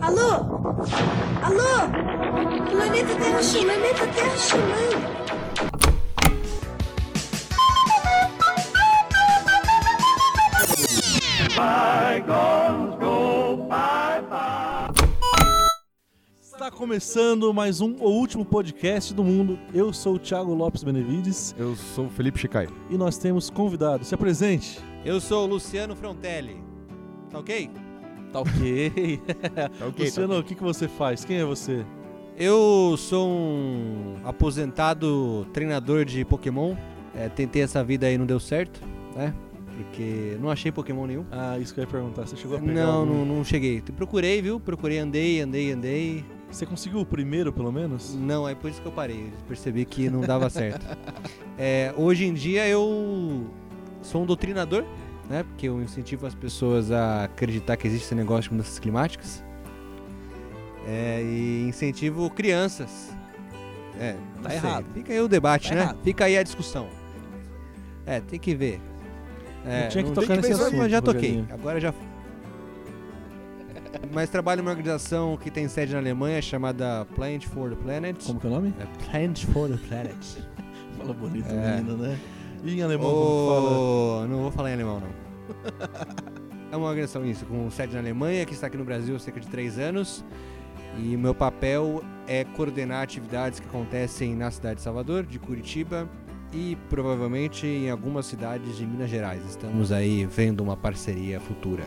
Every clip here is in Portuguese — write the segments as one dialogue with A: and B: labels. A: Alô? Alô? Planeta Terra Chimã, Planeta Terra Chimã.
B: Está começando mais um O Último Podcast do Mundo. Eu sou o Thiago Lopes Benevides
C: Eu sou o Felipe Chicai.
B: e nós temos convidado. Se apresente.
D: Eu sou o Luciano Frontelli. Tá ok?
B: Tá ok.
C: Tá ok,
B: Luciano, o que, que você faz? Quem é você?
D: Eu sou um aposentado treinador de Pokémon. É, tentei essa vida aí, não deu certo, né? Porque não achei Pokémon nenhum.
B: Ah, isso que eu ia perguntar. Você chegou a pegar
D: Não,
B: algum?
D: não, não cheguei. Procurei, viu? Procurei, andei, andei, andei.
B: Você conseguiu o primeiro, pelo menos?
D: Não, é por isso que eu parei. Percebi que não dava certo. É, hoje em dia eu sou um doutrinador, né? Porque eu incentivo as pessoas a acreditar que existe esse negócio de mudanças climáticas. É, e incentivo crianças. É, não
B: Tá
D: sei.
B: errado.
D: Fica aí o debate,
B: Tá
D: né?
B: errado.
D: Fica aí a discussão. É, tem que ver. É,
B: Não tinha que
D: não-
B: tocar
D: tem
B: nesse
D: ver, mas
B: assunto,
D: Eu já toquei.
B: Rogerinho.
D: Agora já. Mas trabalho numa organização que tem sede na Alemanha chamada Plant for the Planet.
B: Como que é o nome?
D: É Plant for the Planet.
B: Fala bonito,
D: É.
B: menino, né? E em alemão, como fala?
D: Oh, não vou falar em alemão, não. É uma organização, isso, com sede na Alemanha, que está aqui no Brasil há cerca de três anos. E o meu papel é coordenar atividades que acontecem na cidade de Salvador, de Curitiba e provavelmente em algumas cidades de Minas Gerais. Estamos aí vendo uma parceria futura.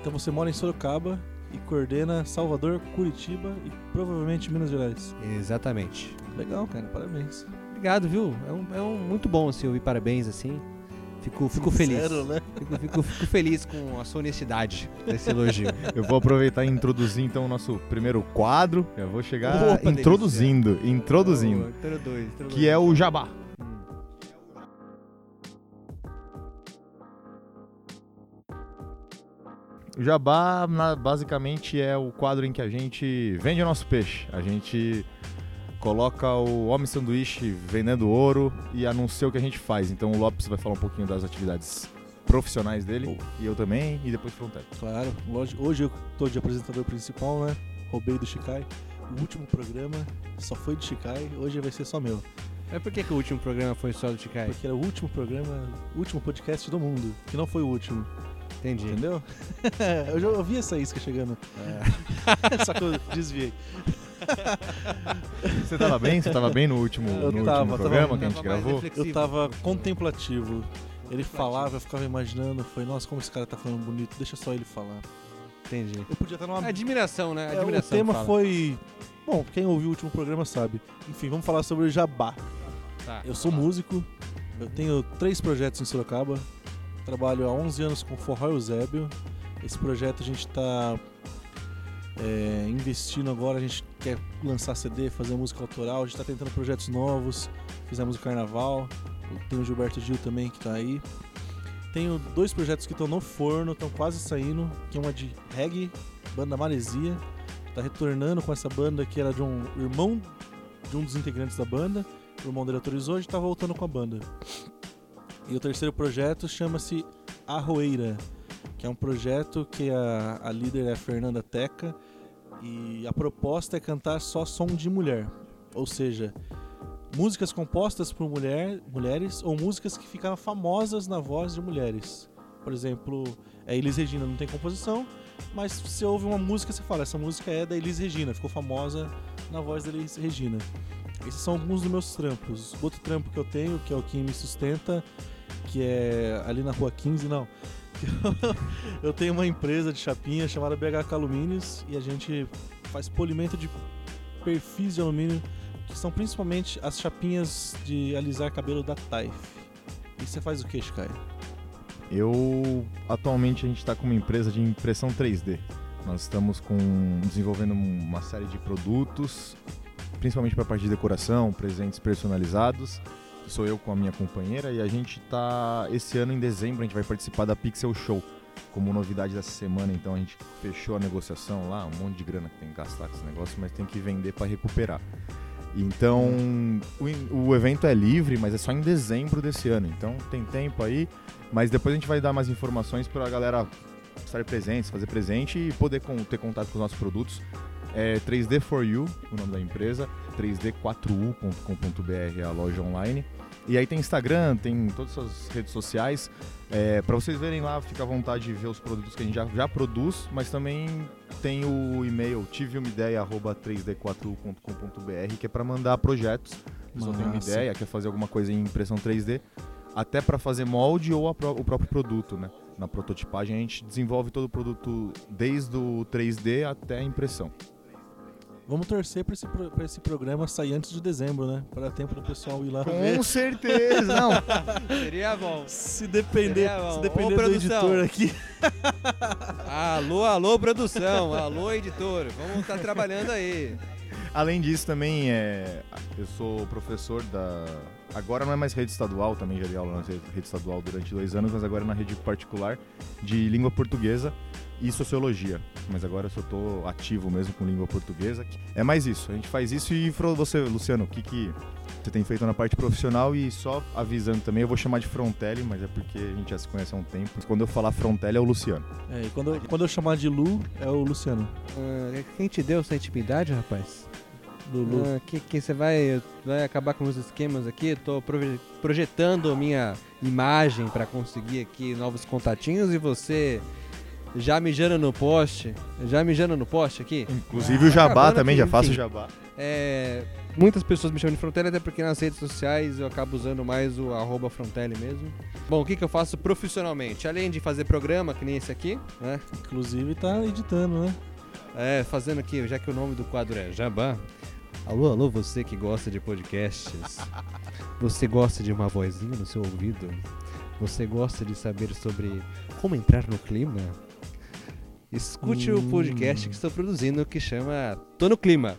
B: Então você mora em Sorocaba e coordena Salvador, Curitiba e provavelmente Minas Gerais.
D: Exatamente.
B: Legal, cara, parabéns.
D: Obrigado, viu? É, um, é um- muito bom assim, ouvir parabéns assim. Fico, fico feliz.
B: Sincero, né?
D: Fico, fico- fico feliz com a sua honestidade desse elogio.
C: Eu vou aproveitar e introduzir então o nosso primeiro quadro. Eu vou chegar
D: Opa,
C: introduzindo, introduzindo,
D: Introduzindo.
C: que é o jabá. O jabá na- basicamente é o quadro em que a gente vende o nosso peixe. A gente coloca o Homem Sanduíche vendendo ouro e anuncia o que a gente faz. Então o Lopes vai falar um pouquinho das atividades profissionais dele, e eu também, e depois Frontel.
B: Claro, lógico. Hoje eu tô de apresentador principal, né? Roubei do Chicai. O último programa só foi do Chicai, hoje vai ser só meu.
D: Mas por que, que o último programa foi só do Chicai?
B: Porque era o último programa, o último podcast do mundo, que não foi o último,
D: Entendi.
B: entendeu? eu já ouvi essa isca chegando.
D: É.
B: só que eu desviei.
C: Você tava bem? Você tava bem no último,
B: Eu
C: no
B: tava,
C: último
B: tava bem.
C: programa É que a gente
D: Tava mais
C: gravou?
D: reflexivo.
B: Eu tava contemplativo. Ele falava, eu ficava imaginando, foi, nossa, como esse cara tá falando bonito, deixa só ele falar.
D: Entendi.
B: Eu podia estar numa
D: Admiração, né?
B: É, o
D: Admiração.
B: tema
D: fala.
B: foi. Bom, quem ouviu o último programa sabe. Enfim, vamos falar sobre o jabá.
D: Tá.
B: Eu sou músico, eu tenho três projetos em Sorocaba, trabalho há 11 anos com Forró Eusébio. Esse projeto a gente está investindo agora, a gente quer lançar CD, fazer música autoral, a gente está tentando projetos novos, fizemos o Carnaval, tem o Gilberto Gil também que está aí. Tenho dois projetos que estão no forno, estão quase saindo, que é uma de reggae, banda Maresia, está retornando com essa banda que era de um irmão de um dos integrantes da banda, o irmão dele autorizou, a gente tá voltando com a banda. E o terceiro projeto chama-se Arroeira, que é um projeto que a, a líder é a Fernanda Teca e a proposta é cantar só som de mulher, ou seja, músicas compostas por mulher, mulheres ou músicas que ficaram famosas na voz de mulheres. Por exemplo, a Elis Regina não tem composição, mas você ouve uma música você fala, essa música é da Elis Regina, ficou famosa na voz da Elis Regina. Esses são alguns dos meus trampos. Outro trampo que eu tenho, que é o que me sustenta, que é ali na rua 15, não. eu tenho uma empresa de chapinha chamada BH Calumínios e a gente faz polimento de perfis de alumínio, que são principalmente as chapinhas de alisar cabelo da Taif. E você faz o que, Shikai?
C: Eu atualmente a gente está com uma empresa de impressão 3D. Nós estamos com desenvolvendo uma série de produtos, principalmente para a parte de decoração, presentes personalizados. Sou eu com a minha companheira e a gente tá esse ano em dezembro a gente vai participar da Pixel Show como novidade dessa semana. Então a gente fechou a negociação lá, um monte de grana que tem que gastar com esse negócio, mas tem que vender para recuperar. Então o, in- o evento é livre, mas é só em dezembro desse ano. Então tem tempo aí. Mas depois a gente vai dar mais informações pra galera estar presentes, fazer presente e poder con- ter contato com os nossos produtos. É 3D for You, o nome da empresa, 3d4u.com.br é a loja online. E aí tem Instagram, tem todas as redes sociais. É, para vocês verem lá, fica à vontade de ver os produtos que a gente já, já produz, mas também tem o e-mail tiveumideia@3d4u.com.br, que é para mandar projetos. Se você tem uma
B: Massa.
C: ideia, quer fazer alguma coisa em impressão 3D, até para fazer molde ou a pró- o próprio produto, né? Na prototipagem a gente desenvolve todo o produto desde o 3D até a impressão.
B: Vamos torcer pra esse, pro- pra esse programa sair antes de dezembro, né? Para tempo do pessoal ir lá ver.
C: Com certeza, não.
D: Seria bom.
B: Se depender,
D: Seria É, bom.
B: se
D: Ô,
B: depender do
D: produção.
B: editor aqui.
D: Alô, alô, produção. Alô, editor. Vamos estar trabalhando aí.
C: Além disso também é, eu sou professor da agora não é mais rede estadual, também já dei aula na rede rede estadual durante dois anos, mas agora é na rede particular de língua portuguesa e sociologia. Mas agora eu só tô ativo mesmo com língua portuguesa. É mais isso, a gente faz isso e Fro, você, Luciano, o que que você tem feito na parte profissional e só avisando também, eu vou chamar de Frontelli, mas é porque a gente já se conhece há um tempo. Mas quando eu falar Frontelli é o Luciano.
B: É, e quando, eu- quando eu chamar de Lu, é o Luciano.
C: Ah,
D: quem te deu essa intimidade, rapaz?
B: Lulu.
D: Ah, que que você vai, vai acabar com os esquemas aqui? Eu Tô proje- projetando minha imagem pra conseguir aqui novos contatinhos e você já mijando no poste, já mijando no poste aqui.
C: Inclusive
D: Ah,
C: o Jabá
D: acabando
C: também,
D: aqui,
C: já faço
D: enfim.
C: Jabá.
D: É, muitas pessoas me chamam de Frontelli, até porque nas redes sociais eu acabo usando mais o arroba Frontelli mesmo. Bom, o que, que eu faço profissionalmente? Além de fazer programa, que nem esse aqui, né?
B: Inclusive tá editando, né?
D: É, fazendo aqui, já que o nome do quadro é Jabá. Alô, alô, você que gosta de podcasts. Você gosta de uma vozinha no seu ouvido? Você gosta de saber sobre como entrar no clima? Escute o
B: Hum.
D: podcast que estou produzindo que chama Tô no Clima.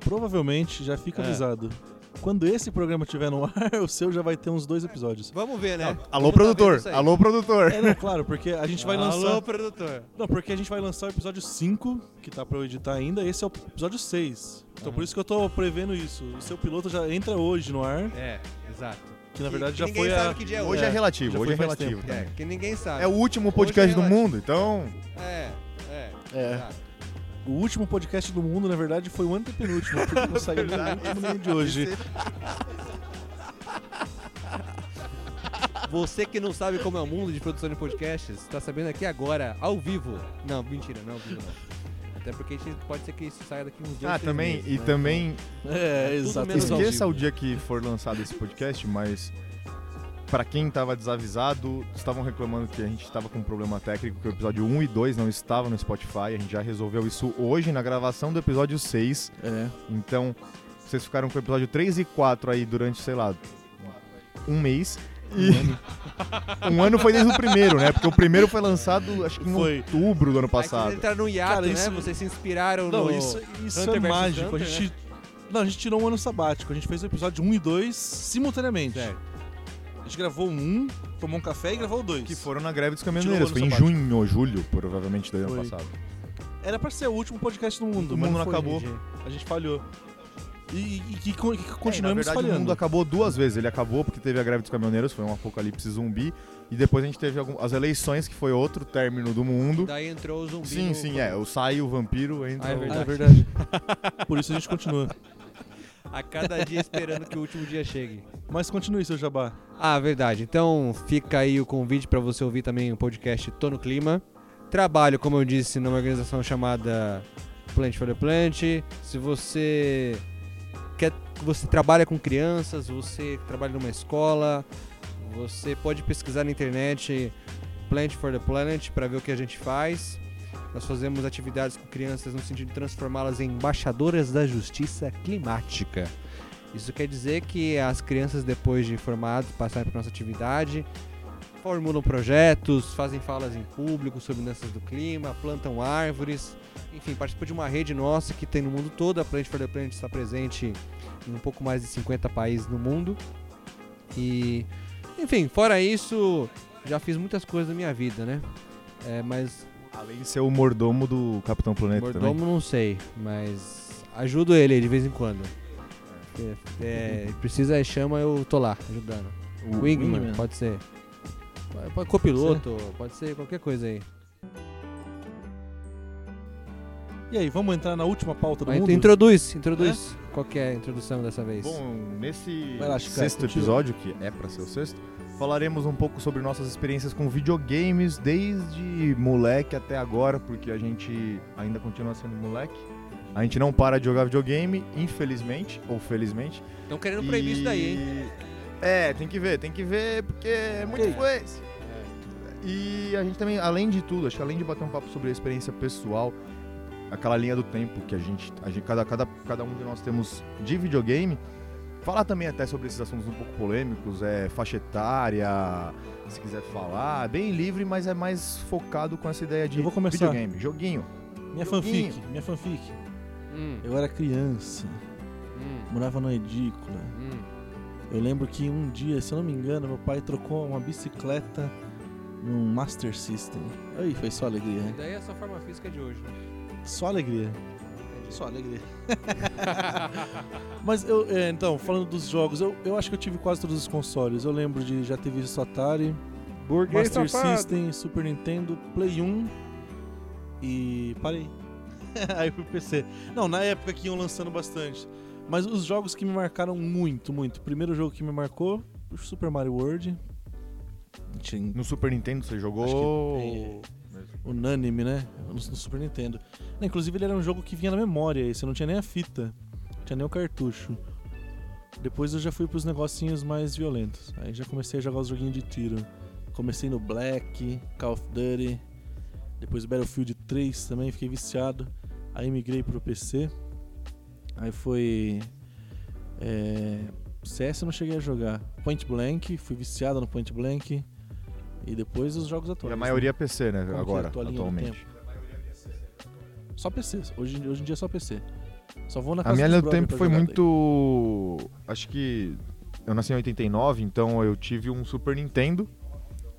B: Provavelmente já fica
D: É.
B: avisado. Quando esse programa estiver no ar, o seu já vai ter uns dois episódios.
D: Vamos ver, né?
C: Alô produtor, alô produtor.
B: É, não, claro, porque a gente vai lançar.
D: produtor.
B: Não, porque a gente vai lançar o episódio 5, que tá pra eu editar ainda, esse é o episódio 6. Então por isso que eu tô prevendo isso. O seu piloto já entra hoje no ar,
D: É, exato.
B: que na verdade
D: que
B: já
D: ninguém
B: foi
D: sabe
B: a.
D: que dia é hoje.
C: Hoje é,
B: É,
C: relativo,
B: já
C: hoje é
B: foi faz
C: relativo.
B: tempo.
C: também.
D: É, que ninguém sabe.
C: É o último podcast
D: Hoje é
C: do
D: relativo.
C: mundo, então.
D: É, é. exato.
B: O último podcast do mundo, na verdade, foi o antepenúltimo, porque não saiu nem o último nem o de hoje.
D: Você que não sabe como é o mundo de produção de podcasts, tá sabendo aqui agora, ao vivo. Não, mentira, não é ao vivo não. Até porque a gente pode ser que isso saia daqui uns dois,
C: Ah,
D: três
C: também.
D: meses,
C: E
D: né?
C: também
B: É,
D: Tudo
B: exato.
D: menos ao
C: esqueça
D: vivo.
C: o dia que for lançado esse podcast, mas pra quem tava desavisado, estavam reclamando que a gente tava com um problema técnico, que o episódio 1 e 2 não estavam no Spotify. A gente já resolveu isso hoje na gravação do episódio 6.
B: É.
C: Então, vocês ficaram com o episódio 3 e 4 aí durante, sei lá, um mês. E um ano foi desde o primeiro, né? Porque o primeiro foi lançado, acho É, que tá- em
B: Foi.
C: outubro do ano
D: Aí vocês
C: passado.
D: entraram no hiato,
B: Cara,
D: né?
B: isso-
D: Vocês se inspiraram
B: Não,
D: no...
B: isso, isso
D: Hunter
B: é
D: versus
B: mágico.
D: Hunter,
B: a gente. Não, a gente tirou um ano sabático. A gente fez o episódio 1 e 2 simultaneamente.
D: Certo.
B: A gente gravou um, tomou um café e gravou dois.
C: Que foram na greve dos
B: Tirou
C: caminhoneiros.
B: o
C: Foi
B: ano
C: em
B: sabático.
C: junho ou julho, provavelmente, do ano
B: Foi.
C: passado.
B: Era pra ser o último podcast do mundo,
C: O
B: mas
C: mundo
B: não
C: não
B: foi.
C: acabou.
B: A gente falhou. E, e que, con- que
C: É, na
B: continuamos
C: verdade,
B: falhando.
C: o mundo acabou duas vezes. Ele acabou porque teve a greve dos caminhoneiros, foi um apocalipse zumbi. E depois a gente teve algum- as eleições, que foi outro término do mundo.
D: Daí entrou o zumbi
C: Sim,
D: no-
C: sim, é. Eu saio o vampiro, entra
D: Ah, é
C: o-
B: Ah, é
D: verdade.
B: verdade. Por isso a gente continua.
D: A cada dia esperando que o último dia chegue.
B: Mas continue, seu jabá.
D: Ah, verdade. Então fica aí o convite para você ouvir também o podcast Tô no Clima. Trabalho, como eu disse, numa organização chamada Plant for the Plant. Se você quer, você trabalha com crianças, você trabalha numa escola, você pode pesquisar na internet Plant for the Planet para ver o que a gente faz. Nós fazemos atividades com crianças no sentido de transformá-las em embaixadoras da justiça climática. Isso quer dizer que as crianças, depois de formadas, passarem por nossa atividade, formulam projetos, fazem falas em público sobre mudanças do clima, plantam árvores, enfim, participam de uma rede nossa que tem no mundo todo. A Plant for the Planet está presente em um pouco mais de 50 países no mundo. E, enfim, fora isso, já fiz muitas coisas na minha vida, né? É, mas
C: Além de ser o mordomo do Capitão Planeta
D: mordomo não sei, mas ajudo ele de vez em quando. É, é, precisa chama, eu tô lá ajudando.
C: também. O-
D: Wingman,
B: Wingman?
D: pode ser. Pode- Pode, copiloto, pode ser qualquer coisa aí.
B: E aí, vamos entrar na última pauta do
D: Mas
B: mundo?
D: introduz, introduz. Qual que é a introdução dessa vez?
C: Bom, nesse
B: Vai lá, Chico,
C: sexto
B: contigo.
C: episódio, que é pra ser o sexto, falaremos um pouco sobre nossas experiências com videogames desde moleque até agora, porque a gente ainda continua sendo moleque. A gente não para de jogar videogame, infelizmente, ou felizmente.
D: Estão querendo proibir Tá isso daí, hein?
C: É, tem que ver, tem que ver, porque é muita
B: Ok.
C: influência. É. E a gente também, além de tudo, acho que além de bater um papo sobre a experiência pessoal, aquela linha do tempo que a gente, a gente cada, cada, cada um de nós temos de videogame, falar também até sobre esses assuntos um pouco polêmicos, é faixa etária, se quiser falar, é bem livre, mas é mais focado com essa ideia de
B: Eu vou começar.
C: videogame, joguinho.
B: Minha
C: Joguinho.
B: fanfic, minha fanfic.
D: Hum,
B: Eu era criança,
D: hum,
B: morava numa edícula.
D: hum.
B: Eu lembro que um dia, se eu não me engano, meu pai trocou uma bicicleta num Master System. Aí foi só alegria, né?
D: Daí é só forma física de hoje, né?
B: Só alegria.
D: Entendi.
B: Só alegria. Mas eu, é, então, falando dos jogos, eu, eu acho que eu tive quase todos os consoles. Eu lembro de já ter visto Atari,
D: Burguês
B: Master
D: safado.
B: System, Super Nintendo, Play 1 e parei. Aí pro PC. Não, na época que iam lançando bastante. Mas os jogos que me marcaram muito, muito. O primeiro jogo que me marcou, o Super Mario World. Tinha-
C: No Super Nintendo você jogou.
B: unânime, né? No, no Super Nintendo. Não, inclusive ele era um jogo que vinha na memória, e você não tinha nem a fita, não tinha nem o cartucho. Depois eu já fui pros negocinhos mais violentos. Aí já comecei a jogar os joguinhos de tiro. Comecei no Black, Call of Duty, depois Battlefield 3 também, fiquei viciado. Aí migrei pro PC. Aí foi. É, CS eu não cheguei a jogar. Point Blank, fui viciado no Point Blank. E depois os jogos
C: E
B: atuais.
C: a
B: né?
C: maioria PC, né?
B: Como que é a
C: agora,
B: tua linha do
C: atualmente.
B: Só PC. Hoje, hoje em dia é só PC. Só vou na
C: A
B: casa
C: minha
B: dos
C: linha do
B: brother
C: tempo
B: pra
C: foi
B: jogar
C: muito. Acho que. Eu nasci em 89, então eu tive um Super Nintendo.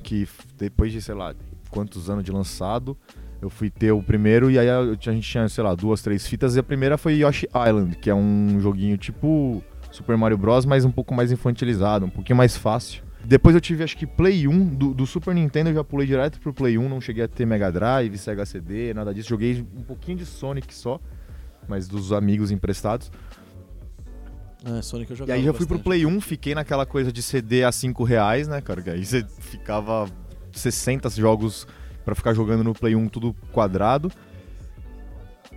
C: Que f- depois de, sei lá, quantos anos de lançado, eu fui ter o primeiro. E aí eu tinha- a gente tinha, sei lá, duas, três fitas. E a primeira foi Yoshi Island, que é um joguinho tipo Super Mario Bros., mas um pouco mais infantilizado, um pouquinho mais fácil. Depois eu tive, acho que Play 1, do, do Super Nintendo eu já pulei direto pro Play 1, não cheguei a ter Mega Drive, Sega CD, nada disso. Joguei um pouquinho de Sonic só, mas dos amigos emprestados.
B: daí. É, Sonic eu
C: E
B: jogava
C: aí já fui pro
B: bastante.
C: Play 1, fiquei naquela coisa de CD a 5 reais, né, cara? Que aí você ficava 60 jogos pra ficar jogando no Play 1 tudo quadrado.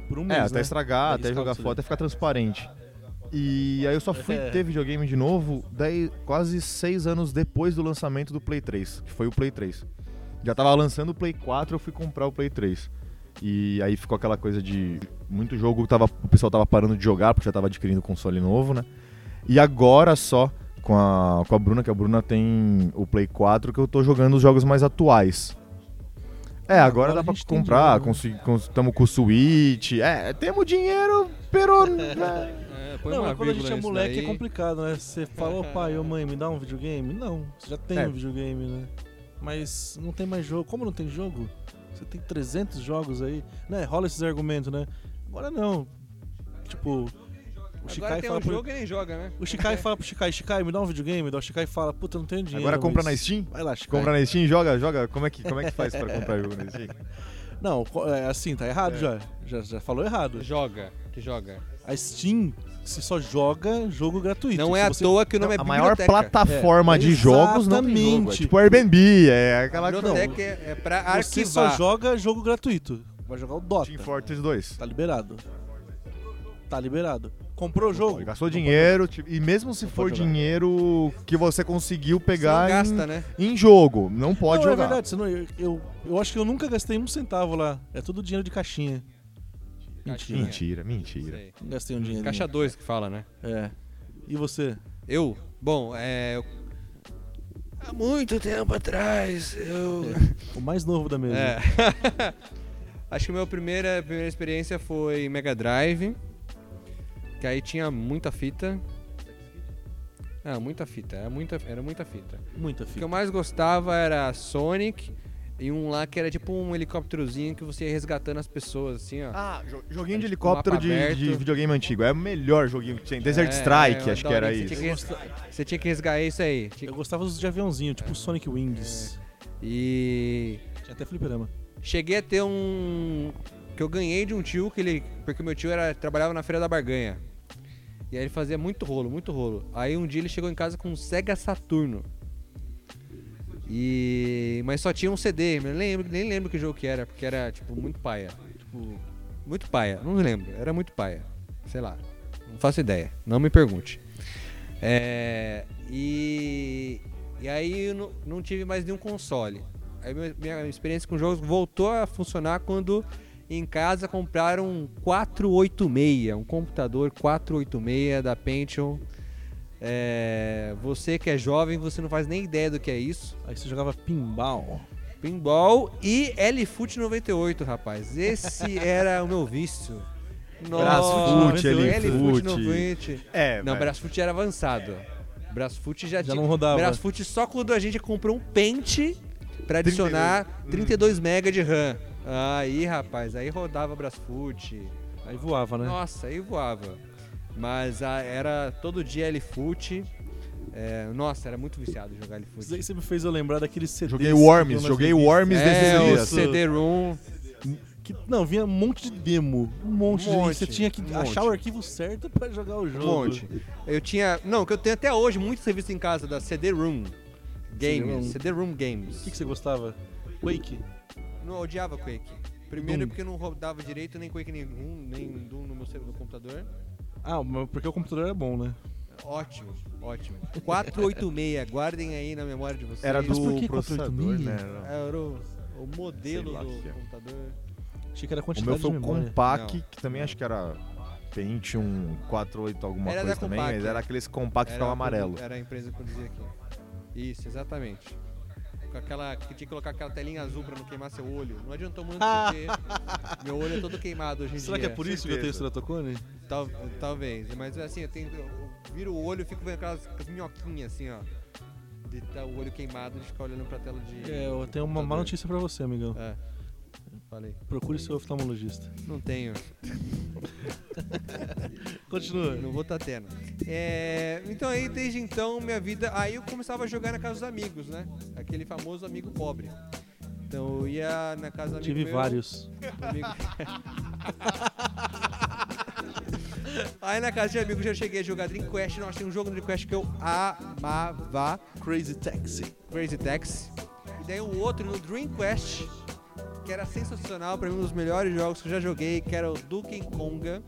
B: Por um
C: É,
B: mês,
C: até
B: né?
C: estragar,
B: Aí
C: até
B: escala
C: jogar
B: o CD.
C: foto, até ficar transparente. E aí eu só fui
B: É.
C: ter videogame de novo daí quase 6 anos depois do lançamento do Play 3, que foi o Play 3. Já tava lançando o Play 4, eu fui comprar o Play 3. E aí ficou aquela coisa de muito jogo tava, o pessoal tava parando de jogar porque já tava adquirindo console novo, né? E agora só com a, com a Bruna, que a Bruna tem o Play 4, que eu tô jogando os jogos mais atuais. É, agora,
B: Agora
C: dá
B: a
C: pra
B: gente tem
C: comprar,
B: dinheiro, né?
C: consegui- cons- tamo com o Switch. É, temos dinheiro, pero. né?
D: É, põe
B: Não,
D: uma
B: mas quando a gente
D: vírgula
B: é
D: nisso
B: moleque
D: daí.
B: é complicado, né? Você fala, ô pai, ô mãe, me dá um videogame? Não, você já tem
C: É.
B: um videogame, né? Mas não tem mais jogo. Como não tem jogo? Você tem 300 jogos aí, né? Rola esses argumentos, né? Agora não. Tipo, o
D: Agora
B: Shikai
D: tem
B: fala
D: um
B: pro...
D: jogo e nem joga, né?
B: O Shikai fala pro Shikai, Shikai, me dá um videogame. Daí O Shikai fala, puta, não tenho dinheiro.
C: Agora compra na
B: mas-
C: Steam?
B: Vai lá, Shikai.
C: Compra na Steam, joga, joga. Como é que, como é que faz pra comprar jogo na Steam?
B: Não, co- é, assim, tá errado já. já. Já falou errado.
D: Joga, que joga.
B: A Steam se só joga jogo gratuito.
D: Não é
B: Se
D: à
B: você-
D: toa que o nome é
C: a maior
D: biblioteca.
C: plataforma
B: É,
C: de jogos não tem jogo,
B: exatamente.
C: é tipo Airbnb, é aquela
B: Não,
D: Biblioteca é, é pra
B: Você só
D: arquivar.
B: joga jogo gratuito. Vai jogar o Dota.
C: Team Fortress 2.
B: Tá liberado. Tá liberado. Comprou o jogo?
C: Gastou dinheiro, tipo, e mesmo se
B: Não
C: for
B: pode jogar.
C: dinheiro que você conseguiu
D: Você não
C: pegar em-
D: gasta, né?
C: em, jogo, não pode
B: não,
C: um jogar.
B: é verdade. Senão eu, eu, eu acho que eu nunca gastei um centavo lá. É tudo dinheiro de caixinha. Mentira.
C: Mentira, mentira.
D: Sei.
B: Não gastei um dinheiro.
D: Caixa 2 que fala, né?
B: É. E você?
D: Eu? Bom, é. eu- Há muito tempo atrás, eu.
B: O mais novo da mesa.
D: É. Acho que a minha primeira, primeira experiência foi Mega Drive. Que aí tinha muita fita. Ah, muita fita. Era muita, era muita fita.
B: Muita
D: O que eu
B: fita.
D: mais gostava era Sonic e um lá que era tipo um helicópterozinho que você ia resgatando as pessoas, assim, ó.
C: Ah, jo- joguinho de
D: Tipo,
C: helicóptero
D: mapa
C: de,
D: aberto.
C: de videogame antigo. É o melhor joguinho que tinha. Desert
D: É,
C: Strike,
D: eu
C: acho que era
D: adorei, você
C: isso.
D: tinha que res- Você tinha que resgatar isso aí. Tinha
B: Eu
D: que-
B: gostava dos de aviãozinho,
C: É.
B: tipo Sonic Wings.
D: E
B: Tinha até fliperama.
D: cheguei a ter um que eu ganhei de um tio que ele. Porque meu tio era, trabalhava na Feira da Barganha. E aí ele fazia muito rolo, muito rolo. Aí um dia ele chegou em casa com um Sega Saturno. E. Mas só tinha um CD, mas eu lembro, nem lembro que jogo que era, porque era, tipo, muito paia. Tipo. Muito paia, não lembro, era muito paia. Sei lá. Não faço ideia, não me pergunte. É, e, e aí eu não, não tive mais nenhum console. Aí minha, minha experiência com jogos voltou a funcionar quando em casa compraram um 486, um computador 486 da Pentium. É, você que é jovem, você não faz nem ideia do que é isso.
B: Aí você jogava pinball.
D: Pinball e LFoot 98, rapaz. Esse era o meu vício.
C: Brasfoot,
D: LFoot
C: LFoot.
D: 98.
E: É,
D: Não,
E: mas-
D: Brasfoot era avançado. Brasfoot já,
B: Já
D: tinha.
B: não rodava.
D: Brasfoot só quando a gente comprou um pente pra adicionar 32 mega de RAM. Aí, rapaz, aí rodava Brasfoot.
B: Aí voava, né?
D: Nossa, aí voava. Mas ah, era todo dia LFoot. É, nossa, era muito viciado jogar
B: Isso daí
D: LFoot.
B: você me fez eu lembrar daquele CD.
C: Joguei Worms, joguei Worms
D: É, o
C: desses dias.
D: CD-ROM.
B: Que, não, vinha um monte de demo. Um monte, de
D: Monte,
B: Você tinha que
D: um
B: achar
D: monte.
B: o arquivo certo pra jogar o
D: Um
B: jogo.
D: monte. Eu tinha. Não, que eu tenho até hoje muito serviço em casa da CD-ROM.
B: CD-ROM.
D: Games. CD-ROM Games.
B: O que, que você gostava? Quake.
D: Não odiava Quake. Primeiro
B: Doom.
D: porque eu não rodava direito nem Quake nenhum, nem Doom no meu cel- no computador.
B: Ah, mas porque o computador era bom, né?
D: Ótimo, ótimo. 486, guardem aí na memória de vocês.
E: Era
B: Mas por que
E: do processador,
B: 486?
E: né?
D: Era o, o modelo
E: Sei lá o
D: do
E: que é.
D: computador.
B: Achei que era a
C: O
B: quantidade
C: meu foi um
B: de
C: o
B: memória.
C: Compaq, que também acho que era Pentium 48 alguma
D: Era da
C: coisa também,
D: Compaq,
C: mas
D: é.
C: era aqueles Compaq que ficava
D: a produ-
C: amarelo.
D: Era a empresa que produzia aqui. Isso, exatamente. Com aquela. que tinha que colocar aquela telinha azul pra não queimar seu olho. Não adiantou muito porque meu olho é todo queimado hoje em
B: Será que
D: dia.
B: é por isso que eu tenho ceratocone?
D: Tal- talvez, mas assim, eu, tenho, eu viro o olho e fico vendo aquelas minhoquinhas assim, ó. De tá o olho queimado de ficar olhando pra tela de.
B: É, eu tenho uma má
D: computador.
B: notícia pra você, amigão.
D: É. Falei,
B: Procure seu oftalmologista.
D: não tenho,
B: Continua.
D: não vou tá tendo. É, então aí, desde então, minha vida. Aí eu começava a jogar na casa dos amigos, né? Aquele famoso amigo pobre. Então eu ia na casa do amigo.
B: Tive
D: meu,
B: vários.
D: Amigo... Aí na casa de amigo já cheguei a jogar Dream Quest. Nossa, tem um jogo no Dream Quest que eu amava.
B: Crazy Taxi.
D: Crazy Taxi. E daí o outro no Dream Quest, que era sensacional, pra mim um dos melhores jogos que eu já joguei, que era o Duke Konga.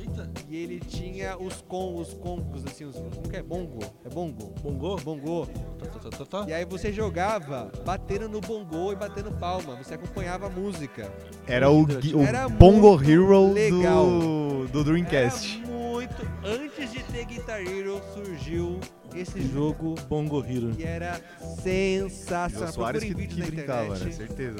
B: Eita.
D: E ele tinha os con, os congos, assim, os, como que é? Bongo? É bongo?
B: Bongô?
D: Bongo.
B: Tá, tá, tá, tá, tá.
D: E aí você jogava batendo no bongo e batendo palma. Você acompanhava a música.
C: Era o, gui- o
D: Era
C: Bongo
D: muito
C: Hero
D: legal.
C: do, do Dreamcast.
D: Era muito... Antes de ter Guitar Hero, surgiu esse jogo
B: Bongo Hero.
D: e era
C: Era
D: sensacional.
C: o Soares
D: Procurem
C: que,
D: vídeos
C: que
D: na
C: brincava,
D: internet.
C: né? Certeza.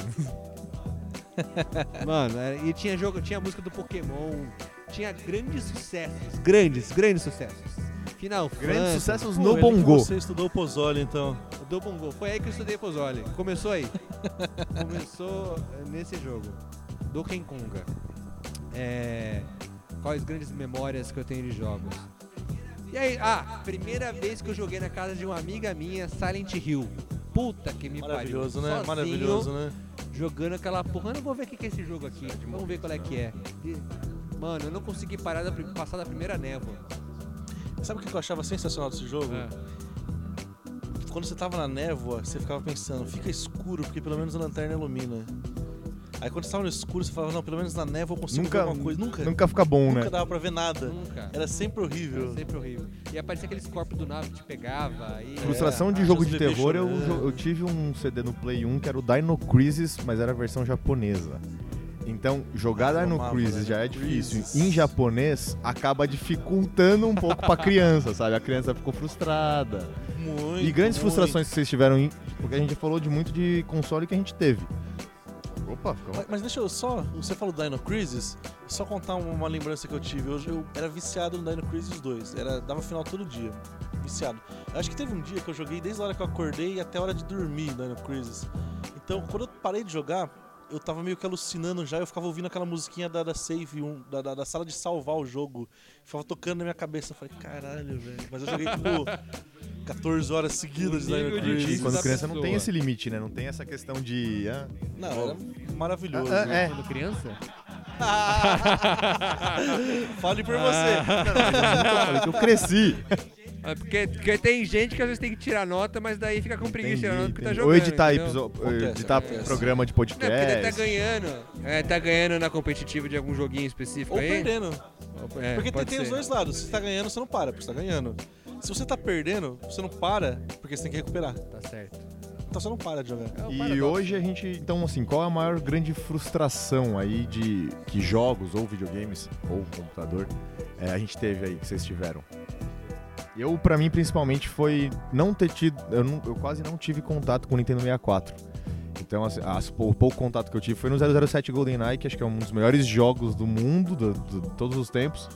D: Mano, era- e tinha jogo, tinha música do Pokémon, tinha grandes sucessos, grandes, grandes sucessos. Final
C: Grandes
D: Fantasy,
C: sucessos
B: Pô,
C: no
B: é ali que
C: Bongo.
B: Você estudou Pozzoli, então.
D: do Bongo. Foi aí que eu estudei Pozole. Começou aí. Começou eh, nesse jogo. Do Kenkunga. É, quais grandes memórias que eu tenho de jogos? E aí, ah, primeira vez que eu joguei na casa de uma amiga minha, Silent Hill. Puta que me
B: Maravilhoso, né?
D: pariu.
B: Maravilhoso, né? Tá
D: jogando aquela porra. Eu não vou ver o que que é esse jogo aqui. Vamos ver qual é que é. E, Mano, eu não consegui parar da, prim- passar da primeira névoa. É
B: Sabe o que eu achava sensacional desse jogo? Quando você tava na névoa, você ficava pensando, fica escuro, porque pelo menos a lanterna ilumina. Aí quando você tava no escuro, você falava, não, pelo menos na névoa eu consigo ver
C: Nunca,
B: alguma é coisa. Nunca,
C: nunca fica bom,
B: nunca
C: né?
B: dava pra ver nada.
D: Nunca.
B: Era sempre horrível.
D: Era sempre horrível. E aparecia aqueles corpos do nave que te pegava. E
C: Frustração de
B: acho
C: jogo
B: os
C: de
B: bebês
C: terror, eu,
B: chorando.
C: jo- eu tive um CD no Play 1 que era o Dino Crisis, mas era a versão japonesa. Então, jogar
B: Ah, eu
C: Dino
B: amava
C: Crisis já é
B: Dino
C: difícil.
B: Crisis.
C: Em japonês, acaba dificultando um pouco pra criança, sabe? A criança ficou frustrada.
B: Muito,
C: E grandes
B: muito.
C: frustrações que vocês tiveram, em- porque a gente já falou de muito de console que a gente teve. Opa, ficou.
B: Mas, mas deixa eu só, você falou do Dino Crisis, só contar uma, uma lembrança que eu tive. Eu, eu era viciado no Dino Crisis 2, era, dava final todo dia, viciado. Eu acho que teve um dia que eu joguei desde a hora que eu acordei até a hora de dormir no Dino Crisis. Então, quando eu parei de jogar, eu tava meio que alucinando já, eu ficava ouvindo aquela musiquinha da, da save, um, da, da, da sala de salvar o jogo. Ficava tocando na minha cabeça. Eu falei, caralho, velho. Mas eu joguei, tipo, 14 horas seguidas de
E: O nível
B: Dino
E: de
B: Crisis.
E: Isso
C: Quando
E: da
C: criança não tem
E: pessoa.
C: esse limite, né? Não tem essa questão de. ah,
B: Não, era maravilhoso.
C: Ah, ah,
B: né?
C: é.
E: Quando criança?
B: Fale por
E: Ah.
C: então, Eu falei que eu cresci.
E: É porque, porque tem gente que às vezes tem que tirar nota, mas daí fica com preguiça de tirar nota
C: Entendi,
E: porque tá
C: entendi.
E: jogando.
C: Ou editar,
E: entendeu?
C: episo-
B: Acontece,
C: editar
B: acontece.
C: programa de
E: Não, porque daí tá
C: podcast.
E: ganhando. É, tá ganhando na competitiva de algum joguinho específico
B: Ou
E: aí.
B: perdendo.
E: É,
B: Porque tem,
E: pode
B: tem
E: ser.
B: os dois lados. Se você tá ganhando, você não para, porque você tá ganhando. Se você tá perdendo, você não para, porque você tem que recuperar.
E: Tá certo.
B: Então você não para de jogar.
E: É um
C: E
E: paradoxo.
C: hoje a gente, então, assim, qual é a maior grande frustração aí de que jogos ou videogames ou computador é, a gente teve aí que vocês tiveram? Eu, pra mim, principalmente foi não ter tido, eu, não- eu quase não tive contato com o Nintendo 64. Então, assim, as- o pouco contato que eu tive foi no 007 GoldenEye, que acho que é um dos melhores jogos do mundo, do- do- de todos os tempos.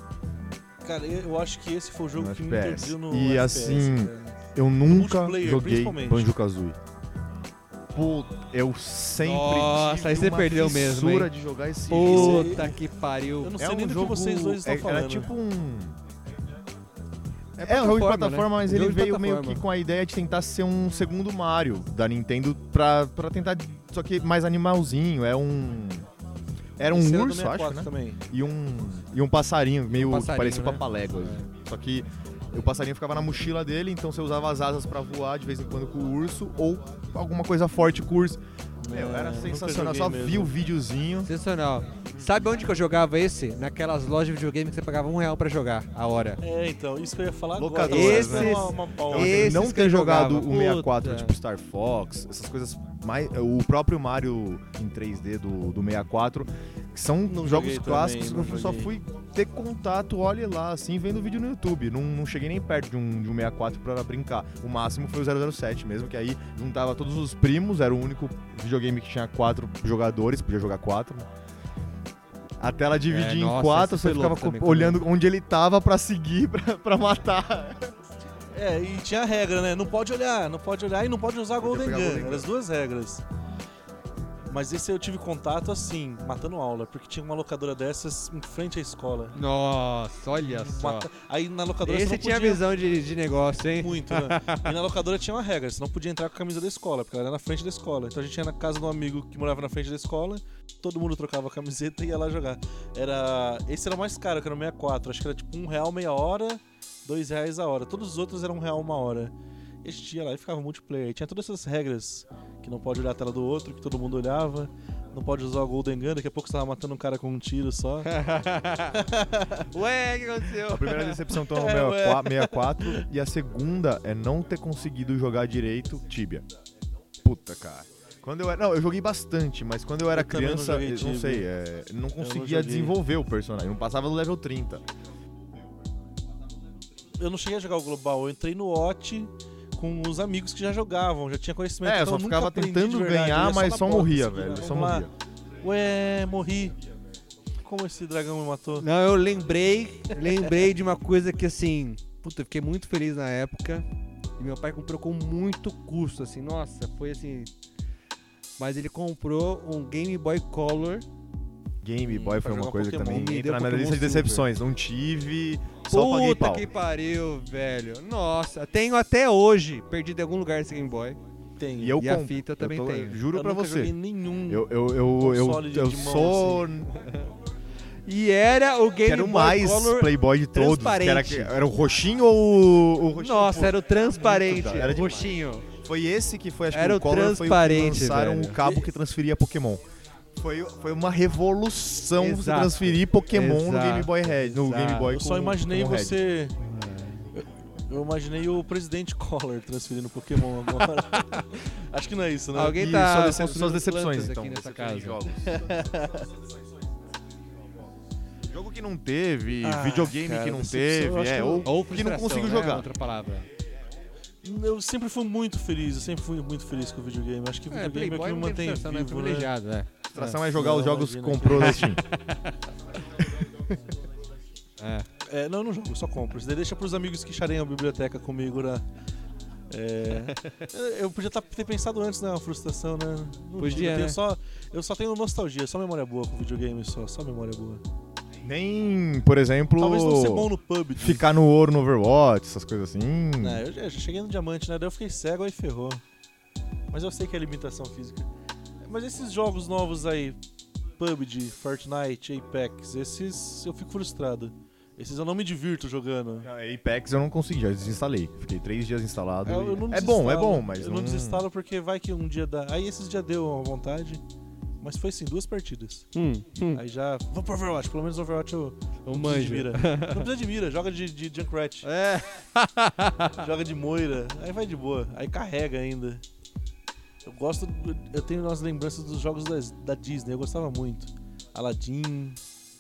B: Cara, eu, eu acho que esse foi o jogo
C: No
B: que me
C: FPS.
B: introduziu no
C: E
B: FPS,
C: assim,
B: cara.
C: Eu nunca
B: Multiplayer,
C: joguei
B: principalmente.
C: Banjo-Kazooie. Puta, eu sempre
E: Nossa,
C: tive
E: aí você
C: uma
E: perdeu mesmo,
C: fissura
E: hein?
C: de jogar esse jogo.
E: Puta que pariu.
B: Eu não sei nem do que vocês dois estão
C: um é,
B: falando. né?
C: Era tipo um. É, um jogo de
E: plataforma, né?
C: plataforma, mas
E: Jogo
C: ele
E: de
C: veio meio
E: plataforma.
C: que com a ideia de tentar ser um segundo Mario da Nintendo pra, pra tentar. Só que mais animalzinho, é um. Era um
B: Esse do
C: urso,
B: 64
C: acho, né?
B: Também.
C: E um, e um passarinho, meio que
E: então. passarinho,
C: parecia o
E: né?
C: papaléguas. assim. Só que o passarinho ficava na mochila dele, então você usava as asas pra voar de vez em quando com o urso ou alguma coisa forte com o urso. Meu,
B: É,
C: era
B: nunca
C: sensacional,
B: joguei
C: só
B: mesmo.
C: vi o videozinho.
D: Sensacional.
E: Sabe onde que eu jogava esse?
D: Naquelas lojas de videogame que você pagava um real pra jogar a hora.
B: É, então, isso que eu ia falar agora.
C: Locadoras,
B: Isso é
D: né?
B: uma, uma pausa.
D: Esse- Esses
C: Então, não
D: que eu
C: ter jogado
D: jogava.
C: o 64,
D: Puta.
C: tipo Star Fox, essas coisas mais. O próprio Mario em 3D do, do 64, que são
B: Não
C: jogos
B: joguei
C: clássicos
B: também,
C: que
B: não
C: eu só
B: joguei.
C: fui ter contato, olha lá, assim, vendo vídeo no YouTube. Não, não cheguei nem perto de um, de um 64 pra brincar. O máximo foi o 007 mesmo, que aí juntava todos os primos, era o único videogame que tinha quatro jogadores, podia jogar quatro, né? A tela dividia em
E: nossa,
C: quatro,
E: esse foi
C: você ficava
E: louco também
C: co-
E: comigo.
C: olhando onde ele tava pra seguir, pra, pra matar.
B: É, e tinha a regra, né? Não pode olhar, não pode olhar e não pode usar a Golden
C: Podia pegar
B: Gun.
C: a Golden
B: Eram as duas regras. Mas esse eu tive contato assim, matando aula, porque tinha uma locadora dessas em frente à escola.
E: Nossa, olha só.
B: Mata- Aí na locadora você
E: Esse
B: não
E: tinha
B: podia
E: visão de, de negócio, hein?
B: muito, né? E na locadora tinha uma regra, você não podia entrar com a camisa da escola, porque ela era na frente da escola. Então a gente ia na casa de um amigo que morava na frente da escola, todo mundo trocava a camiseta e ia lá jogar. Era. Esse era o mais caro, que era o 64. Acho que era tipo um real meia hora, dois reais a hora. Todos os outros eram um real uma hora. E a gente ia lá e ficava multiplayer. E tinha todas essas regras que não pode olhar a tela do outro, que todo mundo olhava. Não pode usar o Golden Gun, daqui a pouco você tava matando um cara com um tiro só.
E: Ué, o que aconteceu?
C: A primeira decepção então é o
B: É, ué.
C: 64, 64 e a segunda é não ter conseguido jogar direito Tibia. Puta, cara. Quando eu era, não, eu joguei bastante, mas quando eu era
B: Eu também não
C: criança,
B: joguei
C: eu não,
B: Tibia.
C: sei, é, não conseguia
B: joguei.
C: desenvolver o personagem, não passava do level 30.
B: eu não cheguei a jogar o global, eu entrei no OT com os amigos que já jogavam, já tinha conhecimento.
C: é, eu
B: então
C: só
B: nunca
C: ficava
B: aprendi
C: tentando
B: de verdade, eu
C: ganhar,
B: ia
C: mas
B: na
C: só
B: bota,
C: morria,
B: assim,
C: velho,
B: né?
C: só
B: Vamos lá.
C: morria.
B: Ué, morri. Como esse dragão me matou?
D: Não, eu lembrei, lembrei de uma coisa que assim, puta, eu fiquei muito feliz na época. E meu pai comprou com muito custo, assim, nossa, foi assim. Mas ele comprou um Game Boy Color.
C: Game Boy
B: pra
C: foi uma
B: jogar
C: coisa
B: Pokémon.
C: que também
D: Me
C: entra
D: deu
C: na minha
D: Pokémon
C: lista de
D: Super.
C: decepções, não tive, só paguei
D: puta
C: pau.
D: que pariu, velho. Nossa, tenho até hoje, perdido em algum lugar esse Game Boy.
B: Tem.
C: E eu
D: E a
C: compro,
D: fita
C: eu
D: também
C: tô-
D: tenho.
C: Juro
B: eu
C: pra
B: nunca joguei
C: você.
B: nenhum.
C: Eu, eu, eu, eu,
B: Console de-
C: eu
B: de mão, assim.
C: sou
D: E era o Game
C: Era o
D: Boy
C: mais
D: Color.
C: playboy de todos. que Era,
D: transparente.
C: era o roxinho ou o, o roxinho?
D: Nossa, era o transparente,
C: Muito da- era demais.
D: roxinho.
C: Foi esse que foi, acho
D: era
C: que
D: o
C: o Collor foi o que
D: transparente,
C: lançaram
D: velho.
C: o cabo que transferia Pokémon. Foi, foi uma revolução você
D: Exato.
C: transferir Pokémon no
D: Exato.
C: Game Boy Red. No
D: Exato.
C: Game Boy
B: Eu
C: com-
B: só imaginei
C: com Red.
B: você. Eu, eu imaginei o presidente Collor transferindo Pokémon agora. Acho que não é isso, né?
D: Alguém
C: E
D: tá
C: só dece-
D: construindo
C: suas decepções,
D: plantas
C: então.
D: aqui nessa
C: decepções de
D: casa.
C: jogos. Jogo que não teve,
B: Ah,
C: videogame
B: cara,
C: que não
B: decepção, eu
C: teve,
B: acho que
C: é,
B: eu-
C: ou,
E: Ou
C: que não
E: frustração,
C: conseguiu
E: né?
C: jogar.
E: Outra palavra.
B: Eu sempre fui muito feliz, eu sempre fui muito feliz com o videogame. Acho que o
E: É,
B: videogame é, o que
E: Playboy
B: me
E: não tem
B: mantém
E: frustração, né?
B: vivo, né?
E: Privilegiado, é.
C: Frustração é jogar
B: Não,
C: os jogos que
B: imagina
C: comprou na Steam.
E: É.
B: É, não, eu não jogo, eu só compro. Isso daí deixa pros amigos que xarem a biblioteca comigo, né? É, eu podia tá- ter pensado antes, né? Uma frustração, né? Não
E: Podia,
B: tive, Eu, tenho
E: né?
B: só, Eu só tenho nostalgia, só memória boa com videogame, só, só memória boa.
C: Nem, por exemplo,
B: Talvez não ser bom no pub.
C: ficar no ouro no Overwatch, essas coisas assim.
B: É, eu já, já cheguei no diamante, né? Daí eu fiquei cego, aí ferrou. Mas eu sei que é limitação física. Mas esses jogos novos aí, PUBG, Fortnite, Apex, esses eu fico frustrado. Esses eu não me divirto jogando.
C: Não, Apex eu não consegui, já desinstalei. Fiquei três dias instalado.
B: Eu- eu
C: e-
B: não
C: é bom, é
B: desinstalo.
C: bom, mas
B: Eu não desinstalo porque vai que um dia dá. Aí esses dias deu à vontade. Mas foi assim, duas partidas.
D: Hum, hum,
B: Aí já. Vamos pro Overwatch, pelo menos Overwatch eu.
D: eu
B: Não precisa de
D: manjo.
B: mira. Não precisa de mira, joga de, de Junkrat.
D: É. Ah.
B: joga de moira, aí vai de boa, aí carrega ainda. Eu gosto, eu tenho umas lembranças dos jogos das- da Disney, eu gostava muito. Aladdin,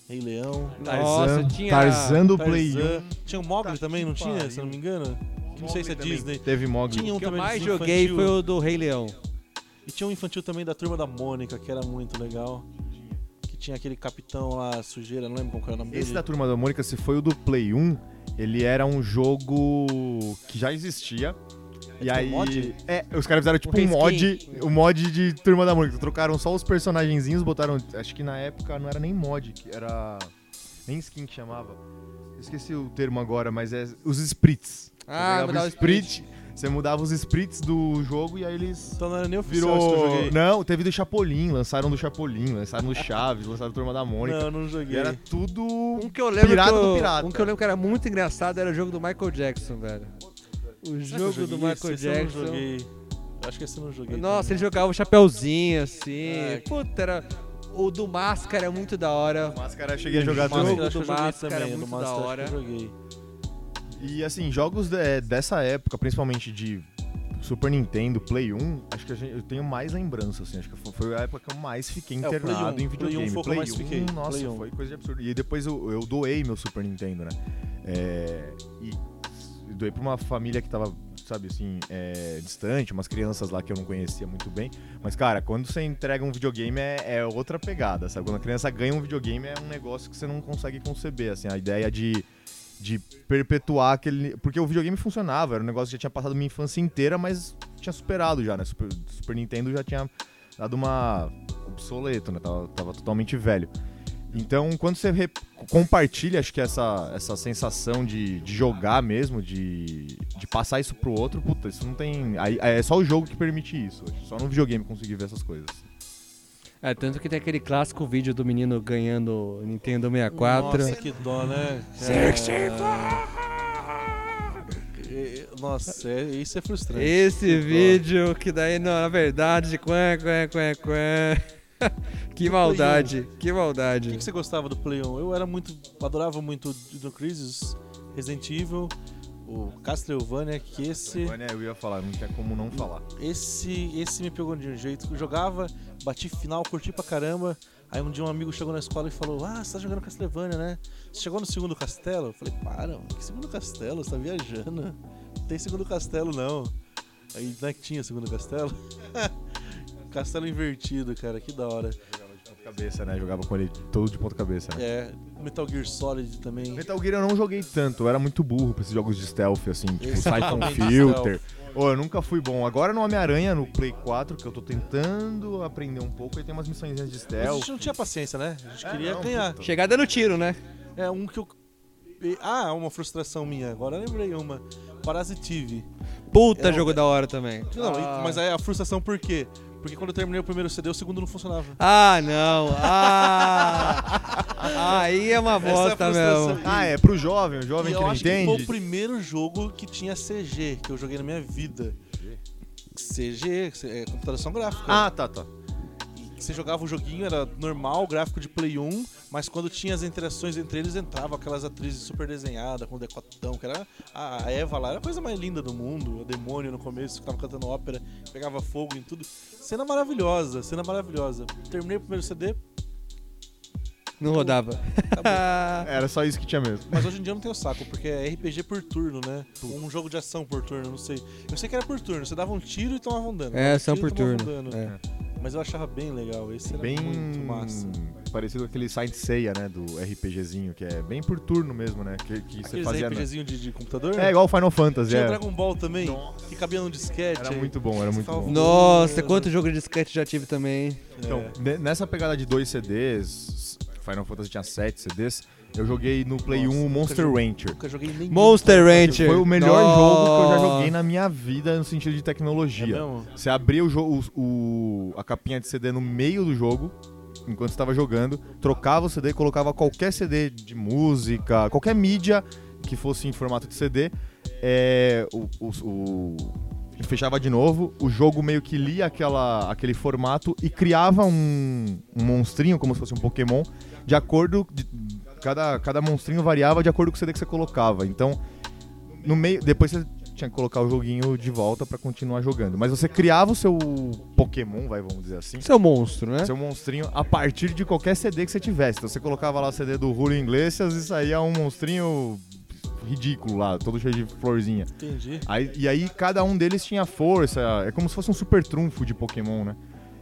B: Rei Leão,
D: Tá Nossa, tinha-
C: Tarzan do Play 1.
B: Tarzan. Tinha o
D: Tá
B: Mogli
C: Puta
B: também,
C: que
B: não tinha?
C: pariu.
B: Se eu não me engano. Que não sei se é
C: Mogli
B: Disney.
C: Teve Mogli.
B: Tinha um
D: O que eu
B: também
D: mais
B: dos
D: joguei
B: infantil.
D: foi o do Rei Leão.
B: E tinha um infantil também da Turma da Mônica, que era muito legal. Que tinha aquele capitão lá, sujeira, não lembro qual que era o nome
C: Esse
B: dele.
C: da Turma da Mônica, se foi o do Play 1, ele era um jogo que já existia. E
B: tipo
C: aí.
B: mod?
C: É, os caras fizeram tipo
D: Um
C: um mod,
D: reskin.
C: um mod de Turma da Mônica. Trocaram só os personagenzinhos, botaram. Acho que na época não era nem mod, que era. Nem skin que chamava. Eu Esqueci o termo agora, mas é os sprites. Você pegava
D: Ah, mudar o
C: Você mudava os sprites do jogo e aí eles
B: Então não era nem oficial esse que eu
C: virou.
B: joguei.
C: Não, teve do Chapolin, lançaram do Chapolin, lançaram do Chaves, lançaram do Turma da Mônica.
B: Não, não
C: E
B: joguei.
C: era tudo.
D: Um que eu lembro
C: Pirata
D: que eu,
C: do pirata.
D: Um que eu lembro que era muito engraçado era o jogo do Michael Jackson, velho. O
B: Será que eu
D: jogo do
B: joguei
D: Michael
B: esse? Esse eu não
D: Jackson.
B: joguei. Eu Acho que esse eu não joguei.
D: Nossa, ele jogava o chapéuzinho assim.
B: É.
D: Puta, era. O do Máscara é muito da hora.
C: Máscara eu cheguei a
B: O
C: jogar
B: Master,
C: também.
D: jogo
B: acho que
D: do
B: eu joguei
D: Máscara
B: também,
D: é
B: o do
D: muito da
B: Master acho que
D: hora.
B: eu joguei.
C: E assim, jogos de- dessa época, principalmente de Super Nintendo, Play 1, acho que a gente- eu tenho mais lembrança, assim. Acho que fo- foi a época que eu mais fiquei
B: É, o Play
C: internado
B: 1,
C: em
B: Play
C: videogame.
B: 1 foi o que eu mais fiquei,
C: nossa,
B: Play 1.
C: foi coisa de absurdo. E depois eu, eu doei meu Super Nintendo, né? É, e s- doei pra uma família que tava, sabe assim, é, distante, umas crianças lá que eu não conhecia muito bem. Mas, cara, quando você entrega um videogame é, é outra pegada, sabe? Quando a criança ganha um videogame é um negócio que você não consegue conceber, assim. A ideia de, de perpetuar aquele... Porque o videogame funcionava, era um negócio que já tinha passado minha infância inteira, mas tinha superado já, né? Super, Super Nintendo já tinha dado uma... obsoleto, né? Tava, tava totalmente velho. Então, quando você re- compartilha, acho que essa, essa sensação de, de jogar mesmo, de, de passar isso pro outro, puta, isso não tem. aí- aí é só o jogo que permite isso. acho. Só no videogame conseguir ver essas coisas.
D: É, tanto que tem aquele clássico vídeo do menino ganhando o Nintendo 64.
B: Nossa, que dó, né? É... É, Nossa, é- isso é frustrante.
D: Esse vídeo que daí, não, na verdade, quen, quen, quen, quen. Que maldade, que
B: O que,
D: maldade.
B: que você gostava do Play 1? Eu era muito. adorava muito Dino Crisis, Resident Evil, o Castlevania, que esse.
C: Agora, né, eu ia falar, não tinha como não falar.
B: Esse, esse me pegou de um jeito. Eu jogava, bati final, curti pra caramba. Aí um dia um amigo chegou na escola e falou: Ah, você tá jogando Castlevania, né? Você chegou no segundo castelo? Eu falei: Para, mano, que segundo castelo? Você tá viajando. Não tem segundo castelo, não. Aí não é que tinha segundo castelo? castelo invertido, cara, que da hora.
C: Jogava de ponta cabeça, né? Jogava com ele todo de ponta cabeça, né?
B: É, Metal Gear Solid também.
C: Metal Gear eu não joguei tanto, eu era muito burro pra esses jogos de stealth, assim, tipo
B: Esse
C: Siphon
B: também de
C: Filter. Ô, eu nunca fui bom. Agora no Homem-Aranha, no Play 4, que eu tô tentando aprender um pouco, aí tem umas missões de
B: Mas a
C: stealth.
B: gente não tinha paciência, né? A gente
C: É,
B: queria
C: não,
B: ganhar.
C: puta.
D: Chegar dando tiro, né?
B: É um que eu. Ah, uma frustração minha. Agora eu lembrei uma. Parasitive.
D: Puta
B: É,
D: jogo da hora também.
B: Não,
D: ah.
B: e- mas aí a frustração por quê? Porque quando eu terminei o primeiro CD, o segundo não funcionava.
D: Ah, não. Ah. Aí é uma
B: é a
D: bosta
B: frustração.
D: mesmo.
C: Ah, é pro jovem, o jovem
B: e
C: que
B: eu
C: não
B: acho
C: entende.
B: que um foi o primeiro jogo que tinha CG, que eu joguei na minha vida. CG, é computação gráfica.
C: Ah, tá, tá.
B: E que você jogava o joguinho, era normal, gráfico de Play 1, mas quando tinha as interações entre eles, entrava aquelas atrizes super desenhadas, com decotão, que era a a Eva lá, era a coisa mais linda do mundo, o demônio no começo, ficava cantando ópera, pegava fogo em tudo. Cena maravilhosa, cena maravilhosa. Terminei o primeiro CD,
D: Não rodava.
C: Era só isso que tinha mesmo.
B: mas hoje em dia eu não tenho saco, porque é RPG por turno, né? Ou Um jogo de ação por turno, não sei. Eu sei que era por turno, você dava um tiro e tomava um dano.
D: É,
B: Dava um
D: são
B: tiro
D: por
B: e tomava um
D: turno. é.
B: dano. Mas eu achava bem legal, esse era
C: Bem
B: muito massa.
C: parecido com aquele Saint Seiya, né? Do RPGzinho, que é bem por turno mesmo, né? Que, que você
B: Aqueles
C: fazia. na-
B: RPGzinho de, de computador?
C: É igual o Final Fantasy,
B: Tinha
C: é.
B: Dragon Ball também, que cabia num disquete. é.
C: Era
B: aí.
C: muito bom, era muito
B: Ficava
C: bom.
D: Nossa, quanto jogo de disquete já tive também.
C: Então,
B: É.
C: ne- nessa pegada de dois CDs, Final Fantasy tinha sete CDs, eu joguei no Play
B: Nossa,
C: 1
B: nunca
C: Monster
B: joguei.
C: Rancher.
B: Nunca joguei nem
D: Monster Rancher.
C: Foi o melhor
D: Nossa.
C: jogo que eu já joguei na minha vida no sentido de tecnologia.
B: É mesmo?
C: Você abria o jo- o- o- a capinha de CD no meio do jogo, enquanto estava jogando, trocava o CD e colocava qualquer CD de música, qualquer mídia que fosse em formato de CD, é, o- o- o- e fechava de novo, o jogo meio que lia aquela, aquele formato e criava um, um monstrinho, como se fosse um Pokémon, de acordo. de- cada, cada monstrinho variava de acordo com o CD que você colocava. Então, no meio. Depois você tinha que colocar o joguinho de volta pra continuar jogando. Mas você criava o seu Pokémon, vai, vamos dizer assim.
D: Isso é um monstro, né?
C: Seu monstrinho a partir de qualquer CD que você tivesse. Então você colocava lá o CD do Julio Iglesias e saía um monstrinho ridículo lá, todo cheio de florzinha.
B: Entendi.
C: Aí- e aí cada um deles tinha força, é como se fosse um super trunfo de Pokémon, né?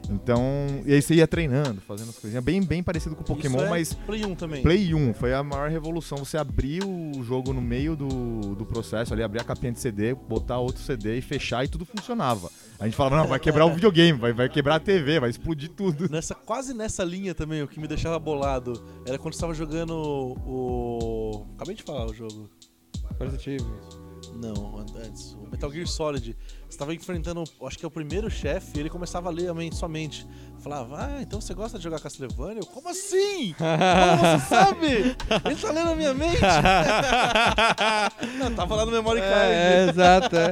C: Então, e aí você ia treinando, fazendo as coisinhas, bem, bem parecido com o Pokémon,
B: Isso é
C: mas
B: Play 1 também.
C: Play 1 foi a maior revolução. Você abrir o jogo no meio do, do processo, ali abrir a capinha de CD, botar outro CD e fechar e tudo funcionava. A gente falava, não, vai quebrar o videogame, vai, vai quebrar a TV, vai explodir tudo.
B: Nessa, quase nessa linha também, o que me deixava bolado era quando estava jogando o. Acabei de falar o jogo. Não, an- antes. O Metal Gear Solid. Você tava enfrentando, acho que é o primeiro chefe, e ele começava a ler a mente somente. Falava, ah, então você gosta de jogar Castlevania? Eu, Como assim? Como você sabe? Ele tá lendo a minha mente? Não, tava lá no memory card.
D: É, exato. é.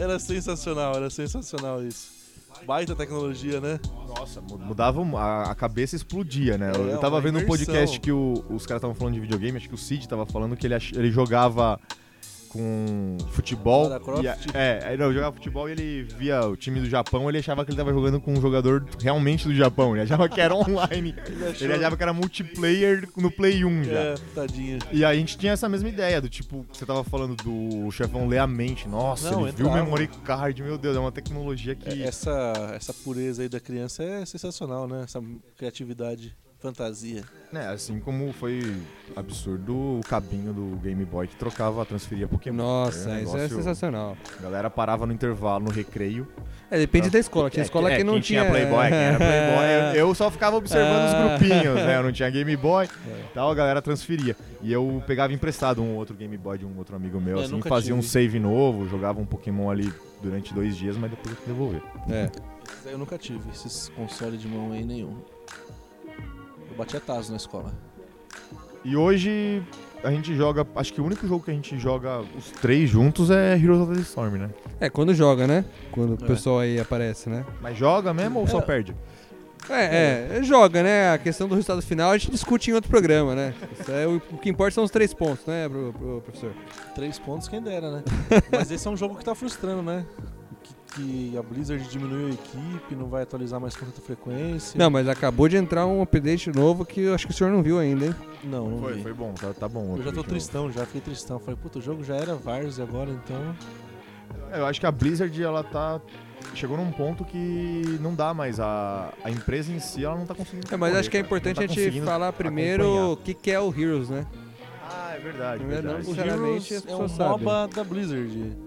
B: Era sensacional, era sensacional isso. Baita tecnologia, né?
C: Nossa, mu- mudava um- a, a cabeça explodia, né? Eu-
B: É,
C: eu tava
B: uma
C: vendo um
B: imersão.
C: podcast que o- os caras estavam falando de videogame, acho que o Cid tava falando que ele, ach- ele jogava com futebol.
B: Lara Croft?
C: e a- é, aí não, jogava futebol e ele via o time do Japão, ele achava que ele tava jogando com um jogador realmente do Japão, ele achava que era online. ele,
B: achou-
C: achava que era multiplayer no Play 1 já.
B: É, tadinha.
C: E aí a gente tinha essa mesma ideia do tipo, você tava falando do chefão ler a mente. Nossa,
B: Não,
C: ele viu o
B: entrava.
C: memory card, meu Deus, é uma tecnologia que.
B: É, Essa, essa pureza aí da criança é sensacional, né? Essa criatividade, fantasia.
C: É, assim como foi absurdo o cabinho do Game Boy que trocava, transferia Pokémon.
D: Nossa,
C: um
D: isso é
C: negócio-
D: sensacional.
C: A galera parava no intervalo, no recreio.
D: É, depende da escola. Tinha
C: É,
D: escola
C: é,
D: que não
C: quem
D: tinha. É.
C: Playboy, quem era Playboy. Eu, eu só ficava observando
D: Ah. É.
C: os grupinhos, né? Eu não tinha Game Boy, tal, a galera transferia. E eu pegava emprestado um outro Game Boy de um outro amigo meu,
B: É,
C: assim,
B: nunca
C: fazia um
B: tive.
C: save novo, jogava um Pokémon ali durante dois dias, mas depois eu que devolver.
D: É.
B: Esses aí eu nunca tive, esses consoles de mão aí nenhum. Eu batia taso na escola.
C: E hoje a gente joga, acho que o único jogo que a gente joga os três juntos é Heroes of the Storm, né?
D: É, quando joga, né? Quando o
B: É.
D: pessoal aí aparece, né?
C: Mas joga mesmo ou só perde?
D: É, é, joga, né? A questão do resultado final a gente discute em outro programa, né? Isso é, o, o que importa são os três pontos, né, pro- pro professor?
B: Três pontos, quem dera, né? Mas esse é um jogo que tá frustrando, né? Que, que a Blizzard diminuiu a equipe, não vai atualizar mais com tanta frequência.
D: Não, mas acabou de entrar um update novo que eu acho que o senhor não viu ainda, hein?
B: não, não
C: Foi,
B: vi.
C: foi bom, tá, tá bom.
B: Eu já tô
C: Outro
B: tristão, já fiquei tristão. Falei, puta, o jogo já era Vars agora, então.
C: jogo. É, Eu acho que a Blizzard, ela tá. Chegou num ponto que não dá mais. A, a empresa em si, ela não tá conseguindo.
D: É, mas
C: correr,
D: acho que é
C: cara.
D: importante
C: Não tá
D: a gente
C: conseguindo
D: falar primeiro o
C: acompanhar.
D: que, que é o Heroes, né?
C: Ah, é verdade.
D: Não é
C: verdade.
D: não, Sinceramente, as
B: Heroes é um
D: pessoas sabem.
B: MOBA da Blizzard.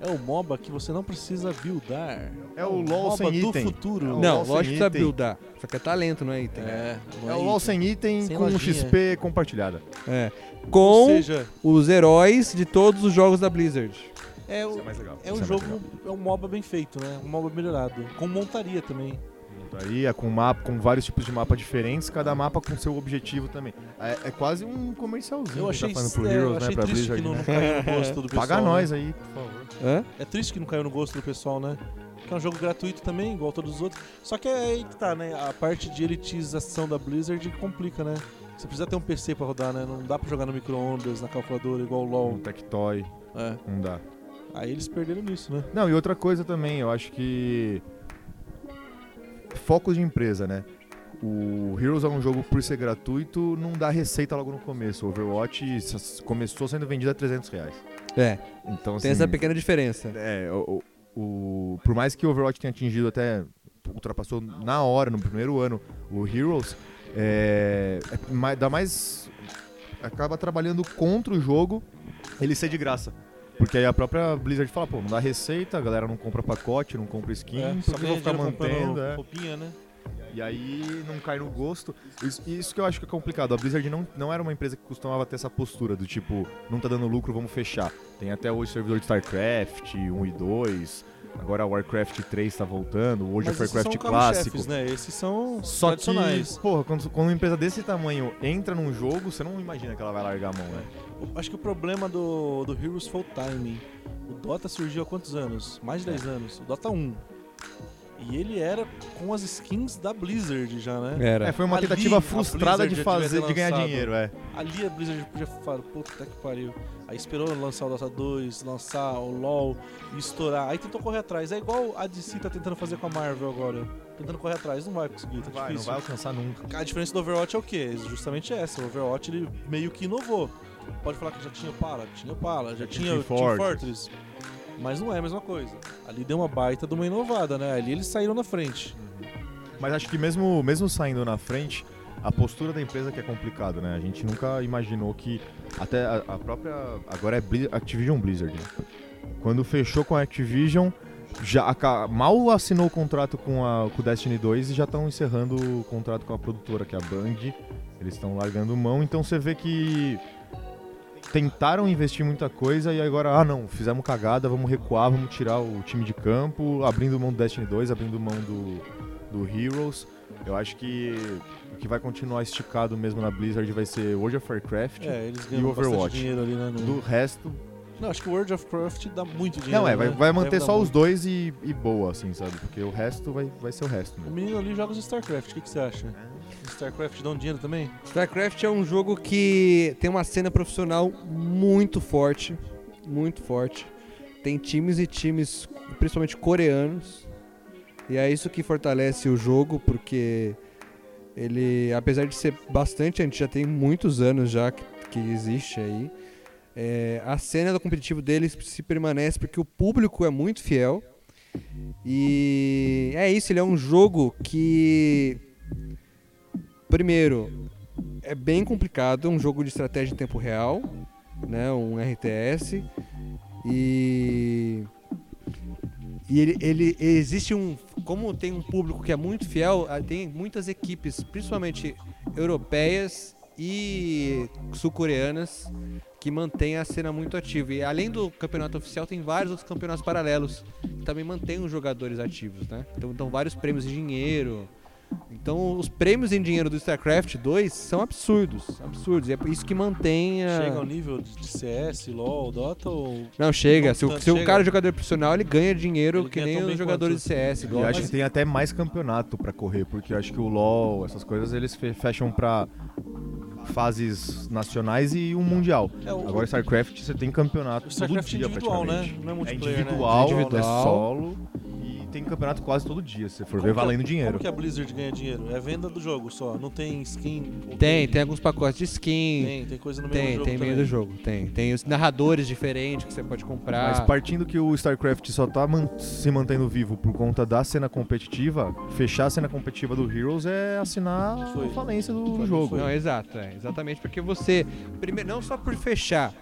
B: É o MOBA que você não precisa buildar.
C: É o LOL
B: MOBA
C: sem
B: do
C: item.
B: futuro.
C: É o
D: Não,
C: LOL sem
D: lógico que precisa
C: item.
D: buildar. Só que é talento, não é item. É.
B: É, não
C: É o LOL
B: item.
C: sem item
B: Sem
C: com
B: lojinha.
C: XP compartilhada.
B: Ou
D: É. Com
B: seja,
D: os heróis de todos os jogos da Blizzard.
B: é, o,
C: Isso é mais legal.
B: é um
C: Isso é mais
B: jogo,
C: legal.
B: é um MOBA bem feito, né? Um MOBA melhorado. Com montaria também.
C: Montaria, Então, é com mapa, com vários tipos de mapa diferentes, cada mapa com seu objetivo também. É, é quase um comercialzinho
B: Eu
C: que
B: achei,
C: tá falando pro
B: é,
C: Heroes,
B: eu
C: né?
B: achei
C: Pra
B: triste
C: Blizzard.
B: que não,
C: né?
B: não caiu no gosto do pessoal.
C: Paga
B: né?
C: nós aí, por favor.
D: Hã?
B: É triste que não caiu no gosto do pessoal, né? Que é um jogo gratuito também, igual todos os outros. Só que é aí que tá, né? A parte de elitização da Blizzard complica, né? Você precisa ter um PC pra rodar, né? Não dá pra jogar no micro-ondas, na calculadora, igual o
C: Um
B: LoL.
C: Tectoy,
B: É.
C: não dá.
B: Aí eles perderam nisso, né?
C: Não, e outra coisa também, eu acho que. Foco de empresa, né? O Heroes é um jogo por ser gratuito, não dá receita logo no começo. O Overwatch s- começou sendo vendido a 300 reais.
D: É,
C: Então, assim,
D: tem essa pequena diferença.
C: é, o, o- o- por mais que o Overwatch tenha atingido até. ultrapassou na hora, no primeiro ano, o Heroes, É, é mais- dá mais. Acaba trabalhando contra o jogo ele ser de graça. Porque aí a própria Blizzard fala, pô, não dá receita, a galera não compra pacote, não compra skin,
B: É,
C: por que eu vou
B: ganha
C: ficar
B: dinheiro comprando
C: mantendo? é?
B: roupinha, né?
C: E aí não cai no gosto. Isso, isso que eu acho que é complicado. A Blizzard não, não era uma empresa que costumava ter essa postura do tipo, não tá dando lucro, vamos fechar. Tem até hoje servidor de StarCraft 1 e 2. Agora Warcraft 3 tá voltando, World
B: Mas
C: of
B: esses
C: Warcraft
B: são
C: clássico.
B: carro-chefes, né? Esses são
C: Só
B: tradicionais.
C: que, porra, quando, quando uma empresa desse tamanho entra num jogo, você não imagina que ela vai largar a mão, né?
B: O- Acho que o problema do, do Heroes foi o timing. O Dota surgiu há quantos anos? Mais de
C: É.
B: 10 anos. O Dota 1. E ele era com as skins da Blizzard já, né?
D: Era.
C: É, foi uma
B: Ali,
C: tentativa
B: a
C: frustrada
B: Blizzard
C: de
B: já
C: fazer,
B: devia ter
C: de ganhar
B: lançado. Tá
C: dinheiro, é.
B: Ali a Blizzard podia falar, puta que pariu. Aí esperou lançar o Dota 2, lançar o LoL e estourar. Aí tentou correr atrás. É igual a DC tá tentando fazer com a Marvel agora. Tentando correr atrás, não vai conseguir, tá
C: Vai, não
B: difícil.
C: vai alcançar nunca.
B: A diferença do Overwatch é o quê? Justamente essa. O Overwatch ele meio que inovou. Pode falar que já tinha o Pala, tinha o Pala, já tinha o Team Fortress. Mas não é a mesma coisa. Ali deu uma baita de uma inovada, né? Ali eles saíram na frente.
C: Mas acho que mesmo, mesmo saindo na frente, a postura da empresa que é complicado, né? A gente nunca imaginou que até a, a própria agora é Blizz- Activision Blizzard. né? Quando fechou com a Activision, já aca- mal assinou o contrato com a com o Destiny 2 e já estão encerrando o contrato com a produtora, que é a Band. Eles estão largando mão, então você vê que tentaram investir muita coisa e agora, ah não, fizemos cagada, vamos recuar, vamos tirar o time de campo, abrindo mão do Destiny 2, abrindo mão do, do Heroes. Eu acho que o que vai continuar esticado mesmo na Blizzard vai ser World of Warcraft.
B: É, eles
C: Uhum. E
B: ganham
C: o
B: bastante
C: Overwatch?
B: dinheiro ali, né? no-
C: Do resto.
B: Não, acho que o World of Warcraft dá muito dinheiro.
C: Não, é, vai, vai
B: né?
C: manter
B: Deve dar
C: só os
B: muito.
C: dois e, e boa, assim, sabe? Porque o resto vai, vai ser o resto.
B: O
C: Mesmo.
B: menino ali joga os StarCraft, o que, que você acha?
C: É.
B: StarCraft dá um dinheiro também?
D: StarCraft é um jogo que tem uma cena profissional muito forte, muito forte. Tem times e times, principalmente coreanos. E é isso que fortalece o jogo, porque ele, apesar de ser bastante antigo, já tem muitos anos já que, que existe aí. é, a cena do competitivo deles se permanece porque o público é muito fiel. E é isso, ele é um jogo que primeiro é bem complicado, é um jogo de estratégia em tempo real, né, um RTS e e ele, ele- existe um como tem um público que é muito fiel, ah, tem muitas equipes, principalmente europeias e sul-coreanas que mantém a cena muito ativa. E além do campeonato oficial, tem vários outros campeonatos paralelos que também mantêm os jogadores ativos, né? Então, então vários prêmios em dinheiro, então os prêmios em dinheiro do StarCraft 2 são absurdos, absurdos. E é por isso que mantém a...
B: Chega ao nível de de CS, LoL, Dota ou...
D: Não, chega.
B: Não,
D: se o,
B: não,
D: se
B: Então,
D: o
B: chega.
D: cara é jogador profissional, ele ganha dinheiro
B: Ele
D: que
B: ganha
D: nem
B: tão bem
D: os
B: quanto.
D: jogadores de CS.
C: E
D: Igual,
C: eu acho
D: mas-
C: que tem até mais campeonato pra correr, porque eu acho que o LoL, essas coisas, eles fe- fecham pra fases nacionais e um mundial.
B: É, o-
C: Agora StarCraft você tem campeonato
B: O
C: todo
B: StarCraft é
C: dia
B: individual, né?
C: praticamente.
B: Não é
C: É
B: multiplayer,
C: individual,
B: né?
D: É
C: é
D: individual.
C: solo e tem campeonato quase todo dia, se você for
B: Como
C: ver
B: que é? a-
C: valendo dinheiro.
B: Como que a Blizzard ganha dinheiro? É venda do jogo só, não tem skin. ou
D: Tem, tem alguns pacotes de skin.
B: Tem, tem coisa no meio do
D: Tem,
B: jogo
D: tem meio
B: também.
D: do jogo. Tem. Tem os narradores diferentes que você pode comprar.
C: Mas partindo que o StarCraft só tá man- se mantendo vivo por conta da cena competitiva, fechar a cena competitiva do Heroes é assinar
B: Foi.
C: a falência do
B: Foi,
C: um jogo.
B: foi.
D: Não, exato, é, exatamente, porque você primeiro não só por fechar,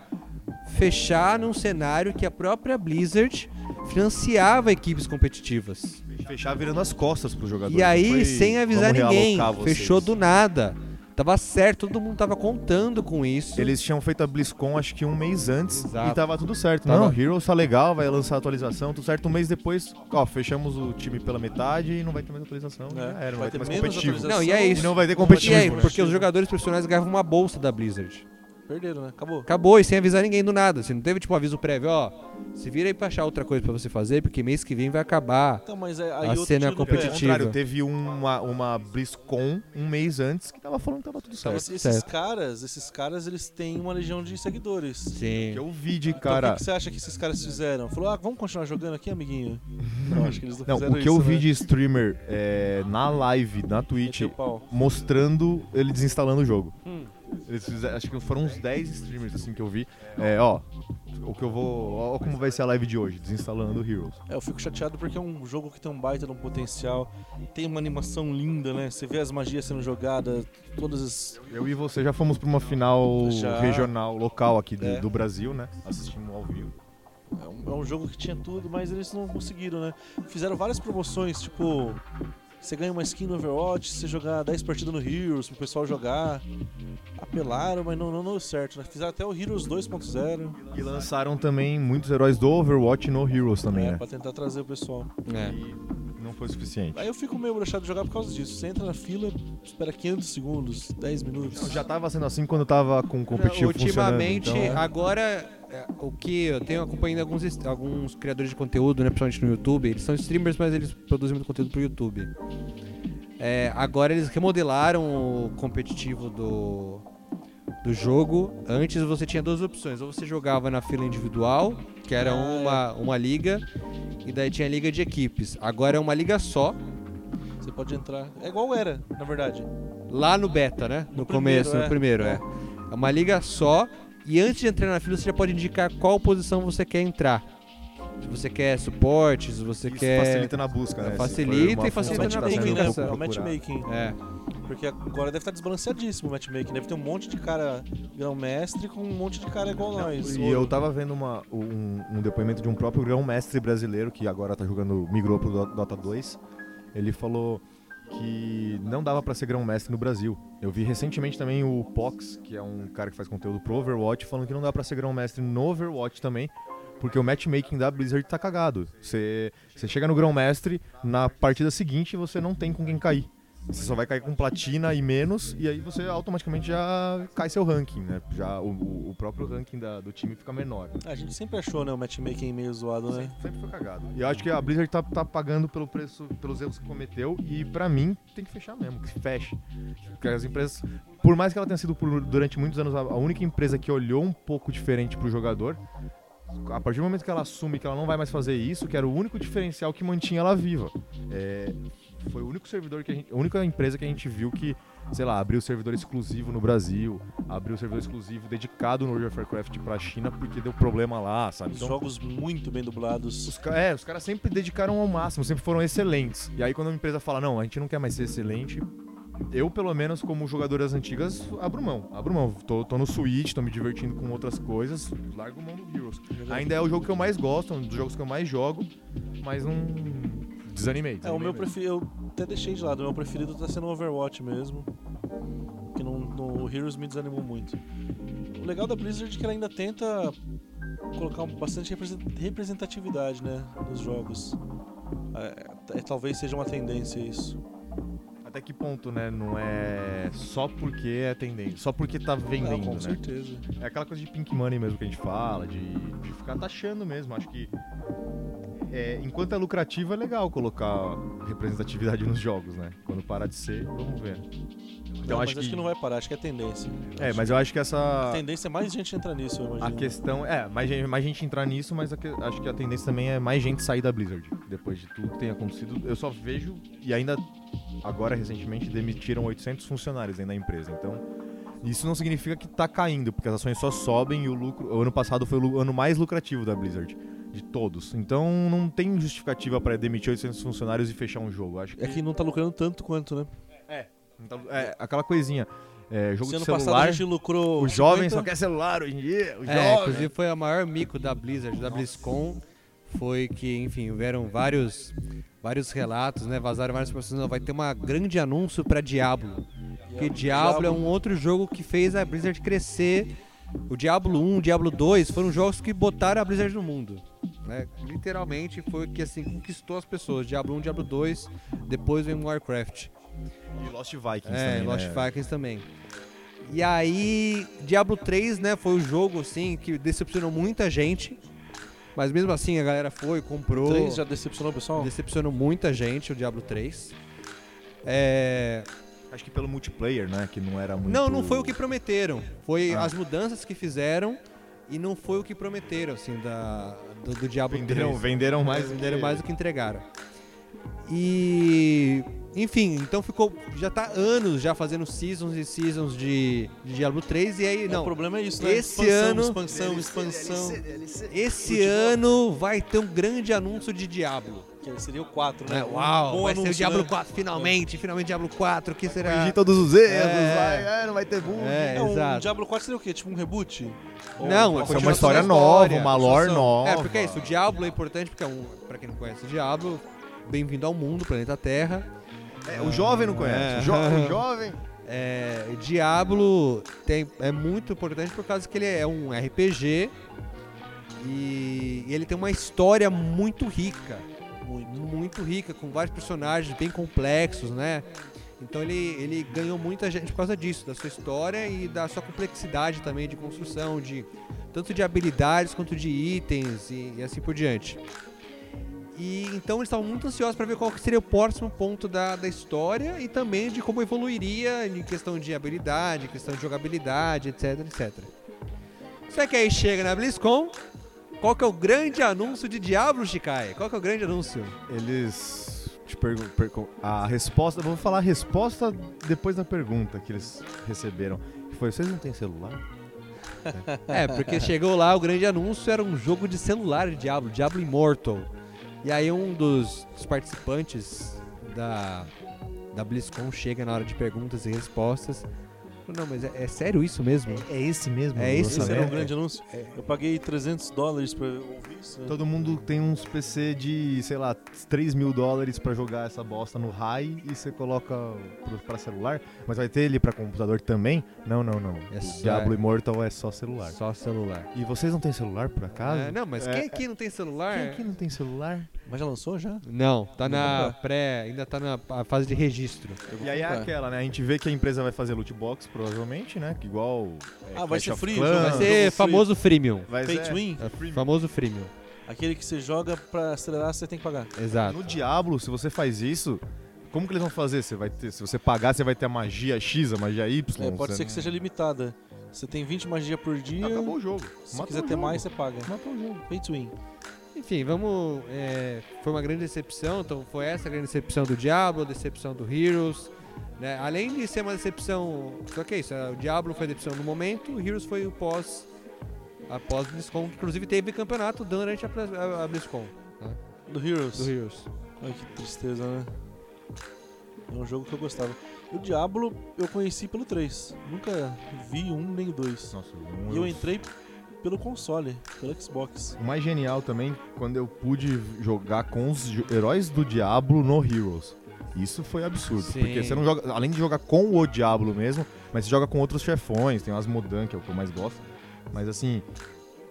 D: fechar num cenário que a própria Blizzard financiava equipes competitivas.
C: Fechar virando as costas pro jogador.
D: E aí,
C: Não foi,
D: sem avisar
C: "Vamos
D: ninguém,
C: realocar vocês".
D: fechou do nada. Tava certo, todo mundo tava contando com isso.
C: Eles tinham feito a BlizzCon acho que um mês antes
D: Exato.
C: e tava tudo certo.
D: Tava-
C: Não, Heroes tá legal, vai lançar a atualização, tudo certo. Um mês depois, ó, fechamos o time pela metade e não vai ter mais atualização.
B: É.
C: Já era, não vai, ter mais
B: menos
C: competitivo.
B: atualização
D: Não, e é isso.
C: E não vai ter
B: vai
D: E aí,
C: competitivo.
B: por-
D: porque os jogadores profissionais ganhavam uma bolsa da Blizzard.
B: Perderam, né? Acabou.
D: Acabou, e sem avisar ninguém do nada. Assim, não teve tipo um aviso prévio, ó. Se vira aí pra achar outra coisa pra você fazer, porque mês que vem vai acabar.
B: Então, mas é- aí
D: A
B: outro
D: cena
B: tiro no pé.
C: Pelo
D: competitiva.
C: contrário, teve uma, uma BlizzCon um mês antes que tava falando que tava tudo
B: Então,
C: certo.
B: esses- esses
D: certo.
B: caras, esses caras, eles têm uma legião de seguidores.
D: Sim.
C: Que eu vi de
B: Então, o
C: cara.
B: que, que você acha que esses caras fizeram? Falou, ah, vamos continuar jogando aqui, amiguinho? Não, acho que eles não,
C: Não,
B: fizeram
C: o que eu
B: isso,
C: vi
B: né?
C: de streamer é, na live, na Twitch,
B: Meteu o pau. Hum.
C: mostrando ele desinstalando o jogo. Eles fizeram, acho que foram uns 10 streamers assim que eu vi. É, ó, o que eu vou. Ó, como vai ser a live de hoje, desinstalando o Heroes.
B: É, eu fico chateado porque é um jogo que tem um baita de um potencial, tem uma animação linda, né? Você vê as magias sendo jogadas, todas as.
C: Eu e você já fomos pra uma final
B: Já.
C: regional, local aqui do,
B: É.
C: do Brasil, né? Assistimos ao vivo.
B: É um, é um jogo que tinha tudo, mas eles não conseguiram, né? Fizeram várias promoções, tipo. Você ganha uma skin no Overwatch, você jogar 10 partidas no Heroes, pro pessoal jogar. Apelaram, mas não, não deu certo, né? Fizeram até o Heroes 2.0,
C: E lançaram também muitos heróis do Overwatch no Heroes também,
B: né?
C: né?
B: Pra tentar trazer o pessoal.
D: É.
C: E não foi suficiente.
B: Aí eu fico meio broxado de jogar por causa disso. Você entra na fila, espera 500 segundos, 10 minutos.
C: Já tava sendo assim quando tava com o competitivo
D: Ultimamente,
C: funcionando. então, é.
D: agora, é, o que eu tenho acompanhado alguns, est- alguns criadores de conteúdo, né, principalmente no YouTube, eles são streamers, mas eles produzem muito conteúdo pro YouTube. É, agora eles remodelaram o competitivo do, do jogo. Antes você tinha duas opções, ou você jogava na fila individual, que era uma, uma liga, e daí tinha a liga de equipes. Agora é uma liga só,
B: Você pode entrar. É igual era, na verdade.
D: Lá no beta, né? No,
B: No
D: começo,
B: primeiro,
D: no
B: é.
D: primeiro, é. É uma liga só. E antes de entrar na fila, você já pode indicar qual posição você quer entrar. Se você quer suporte, se você
C: Isso
D: quer.
C: facilita na busca, né? Se foi
D: facilita
C: uma
D: e
B: É o
D: facilita
C: função
D: na
C: que tá sendo
B: matchmaking, né?
D: comunicação.
B: É o
C: procurada.
B: matchmaking.
D: É.
B: Porque agora deve estar desbalanceadíssimo o matchmaking. Deve ter um monte de cara grão-mestre com um monte de cara igual nós.
C: E eu tava vendo uma- um, um depoimento de um próprio grão-mestre brasileiro, que agora tá jogando, migrou pro Do- Dota 2. Ele falou que não dava pra ser grão-mestre no Brasil. Eu vi recentemente também o Pox, que é um cara que faz conteúdo pro Overwatch, falando que não dá pra ser grão-mestre no Overwatch também, porque o matchmaking da Blizzard tá cagado. Você, você chega no grão-mestre, na partida seguinte você não tem com quem cair. Você só vai cair com platina e menos, e aí você automaticamente já cai seu ranking, né? Já o- o, o próprio ranking da- do time fica menor.
B: A gente sempre achou, né, o matchmaking meio zoado, né?
C: Sempre, sempre foi cagado. E eu acho que a Blizzard tá, tá pagando pelo preço, pelos erros que cometeu, e pra mim tem que fechar mesmo, que feche. Porque as empresas, por mais que ela tenha sido por- durante muitos anos a, a única empresa que olhou um pouco diferente pro jogador, a partir do momento que ela assume que ela não vai mais fazer isso, que era o único diferencial que mantinha ela viva. É, foi o único servidor que a gente, a única empresa que a gente viu que, sei lá, abriu servidor exclusivo no Brasil, abriu servidor exclusivo dedicado no World of Warcraft pra China porque deu problema lá, sabe?
B: Os
C: Então,
B: jogos muito bem dublados.
C: os, ca- é, os caras sempre dedicaram ao máximo, sempre foram excelentes. E aí quando a empresa fala, não, a gente não quer mais ser excelente, eu, pelo menos, como jogador das antigas, abro mão. Abro mão. Tô, tô no Switch, tô me divertindo com outras coisas, largo mão do Heroes. Ainda é o jogo que eu mais gosto, um dos jogos que eu mais jogo, mas não...
B: É,
C: Desanimei.
B: o
C: desanimei
B: meu
C: mesmo.
B: preferido, eu até deixei de lado, o meu preferido tá sendo o Overwatch mesmo. Que não, não- o Heroes me desanimou muito. O legal da Blizzard é que ela ainda tenta colocar um- bastante represen- representatividade, né, nos jogos. É, é, talvez seja uma tendência isso.
C: Até que ponto, né? Não é só porque é tendência, só porque tá
B: Ah,
C: vendendo,
B: com
C: né?
B: certeza.
C: É aquela coisa de pink money mesmo que a gente fala, de, de ficar taxando mesmo. Acho que é, enquanto é lucrativo é legal colocar representatividade nos jogos, né? Quando parar de ser, vamos ver. Então
B: Não, mas
C: acho, que,
B: acho que não vai parar, acho que é tendência.
C: É, mas eu acho que
B: A
C: essa
B: tendência é mais gente entrar nisso, eu imagino.
C: a questão é mais gente, mais gente entrar nisso, mas a que- acho que a tendência também é mais gente sair da Blizzard depois de tudo que tem acontecido. Eu só vejo e ainda agora recentemente demitiram 800 funcionários dentro da empresa. Então isso não significa que tá caindo, porque as ações só sobem e o lucro. O ano passado foi o lu- ano mais lucrativo da Blizzard, de todos. Então não tem justificativa para demitir 800 funcionários e fechar um jogo. Acho que.
B: É que não tá lucrando tanto quanto, né?
C: não tá- é, aquela coisinha. É, jogo
B: Esse ano
C: de
B: passado a
C: celular.
B: gente lucrou.
C: O jovem só
B: 50.
C: quer celular hoje em dia. O
D: É,
C: jovem.
D: inclusive foi a maior mico da Blizzard, da BlizzCon, foi que, enfim, houveram vários, vários relatos, né? Vazaram várias pessoas, não, vai ter uma grande anúncio pra Diablo. Porque Diablo, é um outro jogo que fez a Blizzard crescer. O Diablo 1, o Diablo 2 foram jogos que botaram a Blizzard no mundo. Né? Literalmente foi o que assim conquistou as pessoas. Diablo 1, Diablo 2, depois vem Warcraft.
C: E Lost Vikings
D: É,
C: também,
D: Lost
C: né?
D: Vikings também. E aí, Diablo 3, né, foi o jogo, assim, que decepcionou muita gente. Mas mesmo assim, a galera foi, comprou.
B: Três já decepcionou o pessoal?
D: Decepcionou muita gente, o Diablo 3. É...
C: Acho que pelo multiplayer, né? Que não era muito.
D: Não, não foi o que prometeram. Foi
C: Ah.
D: as mudanças que fizeram e não foi o que prometeram, assim, da, do, do Diablo
C: Venderam,
D: 3.
C: venderam mais.
D: Venderam mais do que entregaram. E Enfim, então ficou. Já tá anos já fazendo seasons e seasons de, de Diablo 3. E aí,
B: O
D: não.
B: problema é isso, né?
D: Esse
B: expansão,
D: ano-
B: expansão, expansão.
C: é
D: Esse ano vai ter um grande anúncio de Diablo.
B: Que seria o 4, né?
D: Né? Uau,
B: Um bom
D: vai ser o
B: anúncio,
D: Diablo
B: né?
D: 4, finalmente, finalmente Diablo 4, que será?
C: Corrigir todos os erros,
D: É.
C: vai, ah, não vai ter bug.
D: É,
B: É, um
D: exato.
B: Diablo 4 seria o quê? Tipo um reboot? Ou
D: Não,
C: Pode ser é
D: continuação
C: uma história
D: da
C: nova,
D: história,
C: uma lore
B: construção.
C: nova.
D: É, porque é isso, o Diablo é importante, porque é um, pra quem não conhece o Diablo, bem-vindo ao mundo, planeta Terra.
C: É, o jovem não conhece. O, jo- o jovem.
D: É, Diablo tem, é muito importante por causa que ele é um RPG e, e ele tem uma história muito rica. Muito. rica, com vários personagens bem complexos, né? Então ele, ele ganhou muita gente por causa disso, da sua história e da sua complexidade também de construção, de tanto de habilidades quanto de itens e, e assim por diante. E então eles estavam muito ansiosos para ver qual que seria o próximo ponto da, da história e também de como evoluiria em questão de habilidade, em questão de jogabilidade, etc, etc. Só que aí chega na BlizzCon, qual que é o grande anúncio de Diablo, Shikai? Qual que é o grande anúncio?
C: Eles te pergun- pergun- a resposta, eu vou falar a resposta depois da pergunta que eles receberam. Que Foi, vocês não têm celular?
D: É, porque chegou lá, o grande anúncio era um jogo de celular de Diablo, Diablo Immortal. E aí um dos, dos participantes da, da BlizzCon chega na hora de perguntas e respostas. Falou, Não, mas é, é sério isso mesmo?
C: É esse mesmo.
D: É esse
B: Esse
D: Nossa,
B: era
C: né?
D: é-
B: um grande anúncio. Eu paguei 300 dólares pra ouvir isso. né?
C: Todo mundo tem uns PC de, sei lá, 3 mil dólares pra jogar essa bosta no high e você coloca pro- pra celular, mas vai ter ele pra computador também? Não, não, não.
D: É só-
C: o Diablo Immortal é só celular.
D: Só celular.
C: E vocês não têm celular, por acaso?
D: É, não, é. mas
C: É,
D: quem aqui não tem celular?
C: Quem aqui não tem celular?
B: Mas já lançou já?
D: Não, tá na
B: Não.
D: pré, ainda tá na a fase de registro.
B: Eu vou
C: E aí é
B: comprar.
C: aquela, né? A gente vê que a empresa vai fazer loot box, provavelmente, né? Que igual. é,
B: Ah, vai
C: Clash
B: ser
C: of
B: free,
C: Clans,
B: então
D: Vai
B: Ah,
D: ser
B: jogo free.
D: famoso freemium.
C: Vai
B: Pay to
C: ser.
B: win?
D: É, famoso freemium.
B: Aquele que você joga pra acelerar, você tem que pagar.
D: Exato.
C: No Diablo, se você faz isso, como que eles vão fazer? Você vai ter, se você pagar, você vai ter a magia X, a magia Y.
B: É, pode
C: você
B: ser que
C: não-
B: seja limitada. Você tem 20 magia por dia.
C: Acabou o jogo.
B: Se
C: Matou
B: quiser
C: o
B: ter
C: jogo.
B: mais, você paga.
C: Matou o jogo.
B: Pay to win.
D: Enfim, vamos. é, foi uma grande decepção, então foi essa a grande decepção do Diablo, a decepção do Heroes. né? Além de ser uma decepção. Só que é isso, é, o Diablo foi a decepção no momento, o Heroes foi o pós. Após BlizzCon, que inclusive teve campeonato durante a, a, a BlizzCon
B: Do Heroes.
D: do Heroes.
B: Ai, que tristeza, né? É um jogo que eu gostava. O Diablo eu conheci pelo 3. Nunca vi um nem o dois.
C: Nossa, um
B: E eu entrei pelo console, pelo Xbox.
C: O mais genial também, quando eu pude jogar com os jo- heróis do Diablo no Heroes. Isso foi absurdo,
D: Sim.
C: porque você não joga, além de jogar com o Diablo mesmo, mas você joga com outros chefões, tem o Asmodan, que é o que eu mais gosto. Mas assim,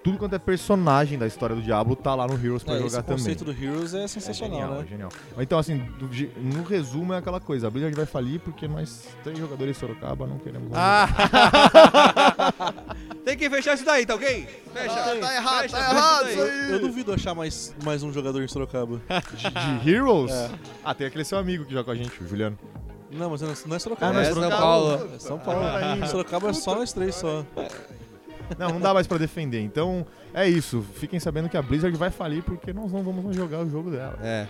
C: tudo quanto é personagem da história do Diablo tá lá no Heroes pra
B: É, esse
C: jogar também.
B: conceito do Heroes é
C: É
B: sensacional,
C: genial, é
B: né?
C: genial. Então assim, do ge- no resumo é aquela coisa, a Blizzard vai falir porque nós três jogadores de Sorocaba não queremos mais jogar.
D: Tem que fechar isso daí, tá ok? Fecha. tá errado, tá
B: Eu duvido achar mais, mais um jogador em Sorocaba.
C: de, de Heroes. Ah, tem aquele seu amigo que joga com a gente, o Juliano.
B: Não, mas não- não é
C: Ah,
B: Sorocaba.
D: não é
B: é Sorocaba.
D: São Paulo.
B: É São Paulo. Sorocaba é só nós três só.
C: Não, não dá mais pra defender. Então, é isso. Fiquem sabendo que a Blizzard vai falir porque nós não vamos mais jogar o jogo dela.
D: É.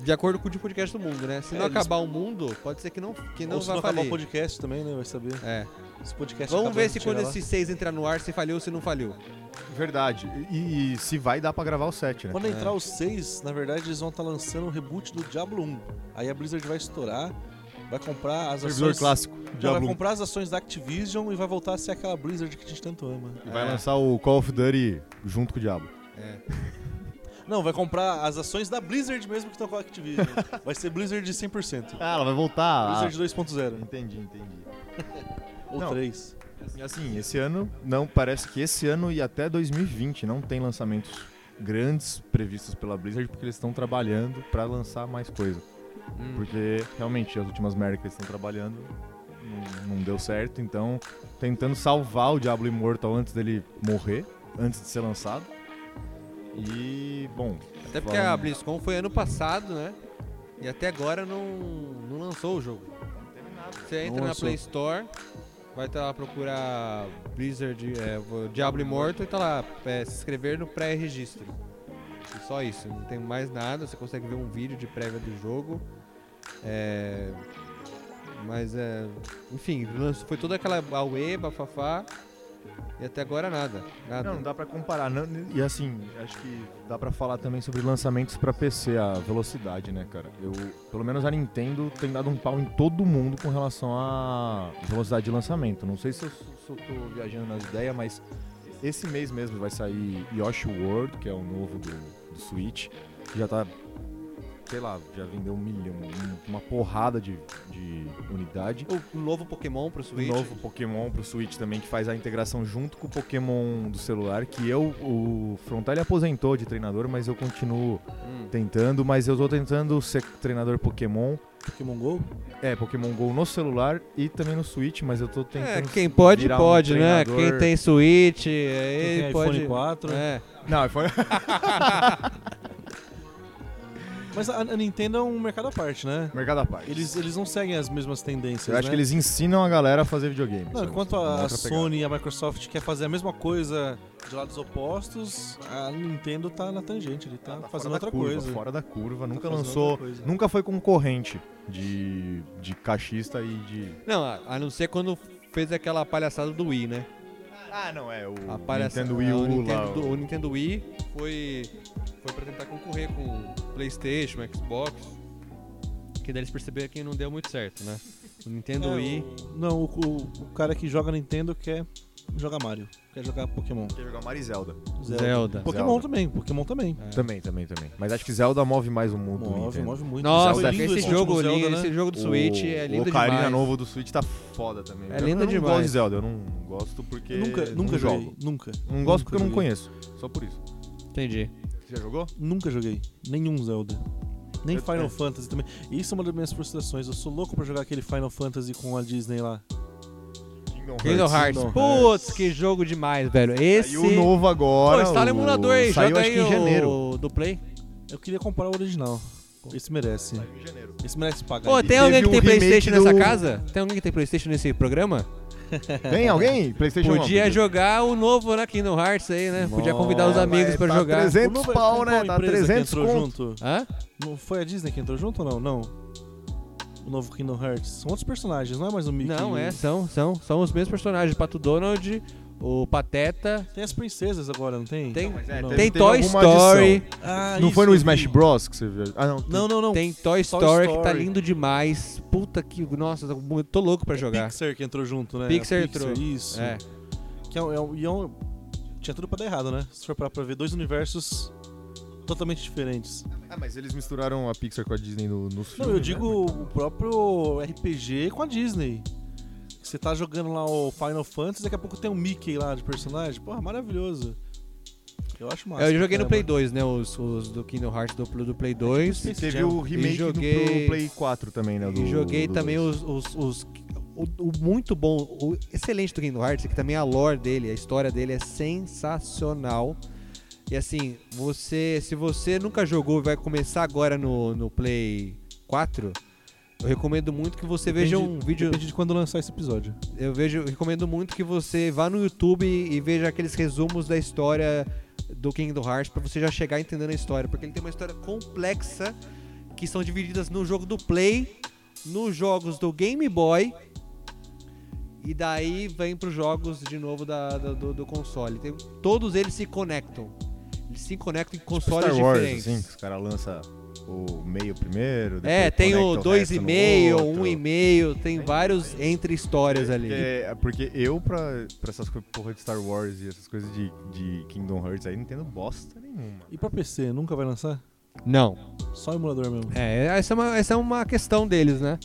D: De acordo com o de podcast do mundo, né? Se não
B: É, eles-
D: acabar o mundo, pode ser que não, que não
B: Ou se
D: vá
B: não acabar o
D: falir.
B: podcast também, né? Vai saber.
D: É.
B: Esse podcast
D: Vamos
B: acabando,
D: ver se
B: chega
D: quando
B: lá.
D: esse 6 entrar no ar, se faliu ou se não faliu.
C: É Verdade. E, e se vai dar pra gravar o 7, né?
B: Quando entrar os seis, na verdade eles vão estar lançando o reboot do Diablo 1. Aí a Blizzard vai estourar, vai comprar as
C: Servidor
B: ações.
C: clássico,
B: Não,
C: Diablo
B: vai
C: 1.
B: comprar as ações da Activision e vai voltar a ser aquela Blizzard que a gente tanto ama.
C: E vai lançar o Call of Duty junto com o Diablo.
B: Não, vai comprar as ações da Blizzard mesmo que estão com a Activision. vai ser Blizzard 100%.
C: Ah, ela vai voltar.
B: Blizzard 2.0
C: Entendi, entendi.
B: ou
C: Não.
B: 3.
C: E assim, esse ano, não, parece que esse ano e até 2020 não tem lançamentos grandes previstos pela Blizzard porque eles estão trabalhando pra lançar mais coisa.
D: Hum.
C: Porque realmente as últimas merdas que eles estão trabalhando não, não deu certo, então tentando salvar o Diablo Immortal antes dele morrer, antes de ser lançado. E bom,
D: Até porque a BlizzCon foi ano passado, né? E até agora não, não lançou o jogo. Você entra
B: Não
D: na
B: lançou.
D: Play Store, vai estar lá procurar Blizzard, é, Diablo Immortal e tá lá, é, se inscrever no pré-registro. E só isso, não tem mais nada. Você consegue ver um vídeo de prévia do jogo. É, Mas é. Enfim, lanç- foi toda aquela auê, bafafá. E até agora nada. Nada.
C: Não, não dá pra comparar. não- e assim, acho que dá pra falar também sobre lançamentos pra PC, a velocidade, né, cara? Eu, pelo menos a Nintendo tem dado um pau em todo mundo com relação à velocidade de lançamento. Não sei se eu, se eu tô viajando nas ideias, mas esse mês mesmo vai sair Yoshi World, que é o novo do, do Switch. que Já tá, sei lá, já vendeu um milhão, um- uma porrada de, de unidade.
D: O novo Pokémon pro
C: O
D: Switch.
C: novo Pokémon pro Switch também, que faz a integração junto com o Pokémon do celular, que eu, o Frontal ele aposentou de treinador, mas eu continuo
D: Hum.
C: tentando, mas eu tô tentando ser treinador Pokémon,
B: Pokémon GO?
C: é, Pokémon GO no celular e também no Switch, mas eu tô
D: É,
C: tentando...
D: quem pode,
C: virar um
D: pode, né?
C: treinador.
D: Quem tem Switch,
B: Quem
D: aí
B: tem
D: pode.
B: iPhone 4.
D: É.
C: Não, foi...
B: Mas a, a Nintendo é um mercado à parte, né?
C: Mercado à parte.
B: Eles, eles não seguem as mesmas tendências,
C: eu acho
B: né?
C: que eles ensinam a galera a fazer videogame.
B: Não,
C: sabe?
B: enquanto
C: Uma
B: a
C: outra pegada.
B: Sony e a Microsoft quer fazer a mesma coisa de lados opostos, a Nintendo tá na tangente, ele tá,
C: Tá fora
B: fazendo
C: da
B: outra
C: curva,
B: coisa. Tá
C: Fora da curva, nunca
B: fazendo
C: lançou,
B: outra coisa.
C: nunca foi concorrente de, de caixista e de...
D: Não, a, a não ser quando fez aquela palhaçada do Wii, né?
C: Ah, não, é, o
D: A palhaçada
C: Nintendo Wii
D: o,
C: U lá,
D: Nintendo,
C: o-
D: o Nintendo Wii foi foi para tentar concorrer com o PlayStation, Xbox, que daí eles perceberam que não deu muito certo, né? O Nintendo
B: É,
D: Wii
B: o- Não, o, o- o cara que joga Nintendo quer jogar Mario, quer jogar Pokémon.
C: Quer jogar Mario e Zelda.
B: Zelda. Pokémon
C: Zelda.
B: também, Pokémon também.
D: É.
C: Também, também, também. Mas acho que Zelda move mais o mundo. do
B: Move,
C: Nintendo.
B: move muito.
D: Nossa,
B: Zelda é
D: esse,
B: lindo
D: jogo
B: último
D: ali,
B: Zelda, né?
D: esse jogo do Switch
C: o,
D: é lindo
C: O Ocarina
D: demais.
C: novo do Switch tá foda também.
D: É
C: Eu-
D: lindo
C: eu não
D: demais.
C: gosto de Zelda, eu não gosto porque...
B: Eu nunca,
C: não
B: nunca joguei,
C: jogo.
B: nunca.
C: Não gosto porque eu não
B: Nunca
C: conheço. Só por isso.
D: Entendi.
C: Você já jogou?
B: Nunca joguei nenhum Zelda. Nem
C: Eu-
B: Final
C: é.
B: Fantasy também. Isso é uma das minhas frustrações. Eu sou louco pra jogar aquele Final Fantasy com a Disney lá.
C: Kingdom
D: Kingdom Hearts.
B: Kingdom
D: Putz, que jogo demais, velho. Esse
C: E o novo agora.
D: Pô, instala
C: o-
D: o emulador aí,
C: Saiu
D: joga
C: acho
D: aí
C: que em janeiro.
D: o do Play.
B: Eu queria comprar o original. Esse merece.
C: Saiu em janeiro.
B: Esse merece pagar.
D: Pô,
C: E
D: tem alguém
C: teve
D: que tem
C: o remake
D: PlayStation nessa
C: do-
D: casa? Tem alguém que tem PlayStation nesse programa?
C: Tem alguém? Playstation não,
D: Podia
C: podia.
D: jogar o novo, né? Kingdom Hearts aí, né? Podia convidar os
B: Nossa,
D: amigos
C: mas
D: pra
C: tá
D: jogar.
C: 300
B: O novo-
C: pau,
B: qual
C: né? Dá
B: empresa que
C: 300
B: entrou
C: conto.
B: junto.
D: Hã?
B: Não foi a Disney que entrou junto ou não? Não. O novo Kingdom Hearts. São outros personagens, não é mais o Mickey.
D: Não, é, são, são, são os mesmos personagens. Pato Donald, o Pateta.
B: Tem as princesas agora, não tem?
D: Tem,
C: Mas é,
B: Não.
C: teve-
D: tem
C: teve
D: Toy
C: alguma
D: Story.
C: adição.
B: Ah,
C: Não
B: isso
C: foi no
B: eu vi.
C: Smash Bros que você viu? Ah, não.
B: Não, não, não.
D: Tem Toy Story, que tá
B: Story.
D: lindo demais. Puta que. Nossa, eu tô louco pra jogar.
B: Pixar que entrou junto, né?
D: Pixar
B: A
D: entrou.
B: Isso.
D: É.
B: Que é um, é um- e é um- Tinha tudo pra dar errado, né? Se for parar pra ver, dois universos totalmente diferentes.
C: Ah, mas eles misturaram a Pixar com a Disney no, nos filmes.
B: Não, eu
C: né?
B: digo o próprio RPG com a Disney. Você tá jogando lá o Final Fantasy, daqui a pouco tem um Mickey lá de personagem. Porra, maravilhoso. Eu acho massa.
D: Eu joguei
B: pra
D: no Play
B: caramba.
D: 2, né? Os, os do Kingdom Hearts do, do Play 2.
C: E teve o remake do
D: é um- joguei-
C: pro Play 4 também, né? Do,
D: e joguei
C: do
D: também
C: dois.
D: os, os- os- o, o muito bom, o excelente do Kingdom Hearts, é que também a lore dele, a história dele é sensacional. E assim, você, se você nunca jogou e vai começar agora no, no Play 4, eu recomendo muito que você veja um
B: Depende-
D: vídeo.
B: Depende de quando lançar esse episódio.
D: Eu vejo, eu recomendo muito que você vá no YouTube e veja aqueles resumos da história do Kingdom Hearts pra você já chegar entendendo a história, porque ele tem uma história complexa que são divididas no jogo do Play, nos jogos do Game Boy e daí vem pros jogos de novo da- da- do, do console. Tem- todos eles se conectam. Eles se conectam em consoles
C: Tipo Star Wars,
D: diferentes.
C: assim, que os caras lançam o meio primeiro. depois
D: é, tem o
C: conecta resto no
D: 2,5,
C: outro.
D: 1,5, tem vários entre histórias um ali.
C: Porque, é, porque eu, pra, pra essas co- porra de Star Wars e essas coisas de, de Kingdom Hearts aí, não entendo bosta nenhuma.
B: E pra PC, nunca vai lançar?
D: Não,
B: Só emulador mesmo.
D: É, essa é uma, essa é uma questão deles, né?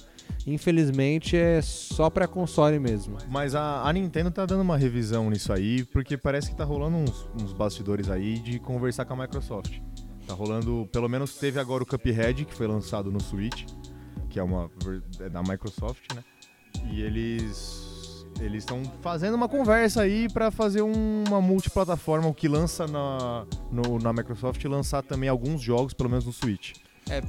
D: Infelizmente é só pra console mesmo.
C: Mas a, a Nintendo tá dando uma revisão nisso aí, porque parece que tá rolando uns, uns bastidores aí de conversar com a Microsoft. Tá rolando, pelo menos teve agora o Cuphead, que foi lançado no Switch, que é uma ver- é da Microsoft, né? E eles eles estão fazendo uma conversa aí pra fazer um- uma multiplataforma, o que lança na, no- na Microsoft, lançar também alguns jogos, pelo menos no Switch.
B: É,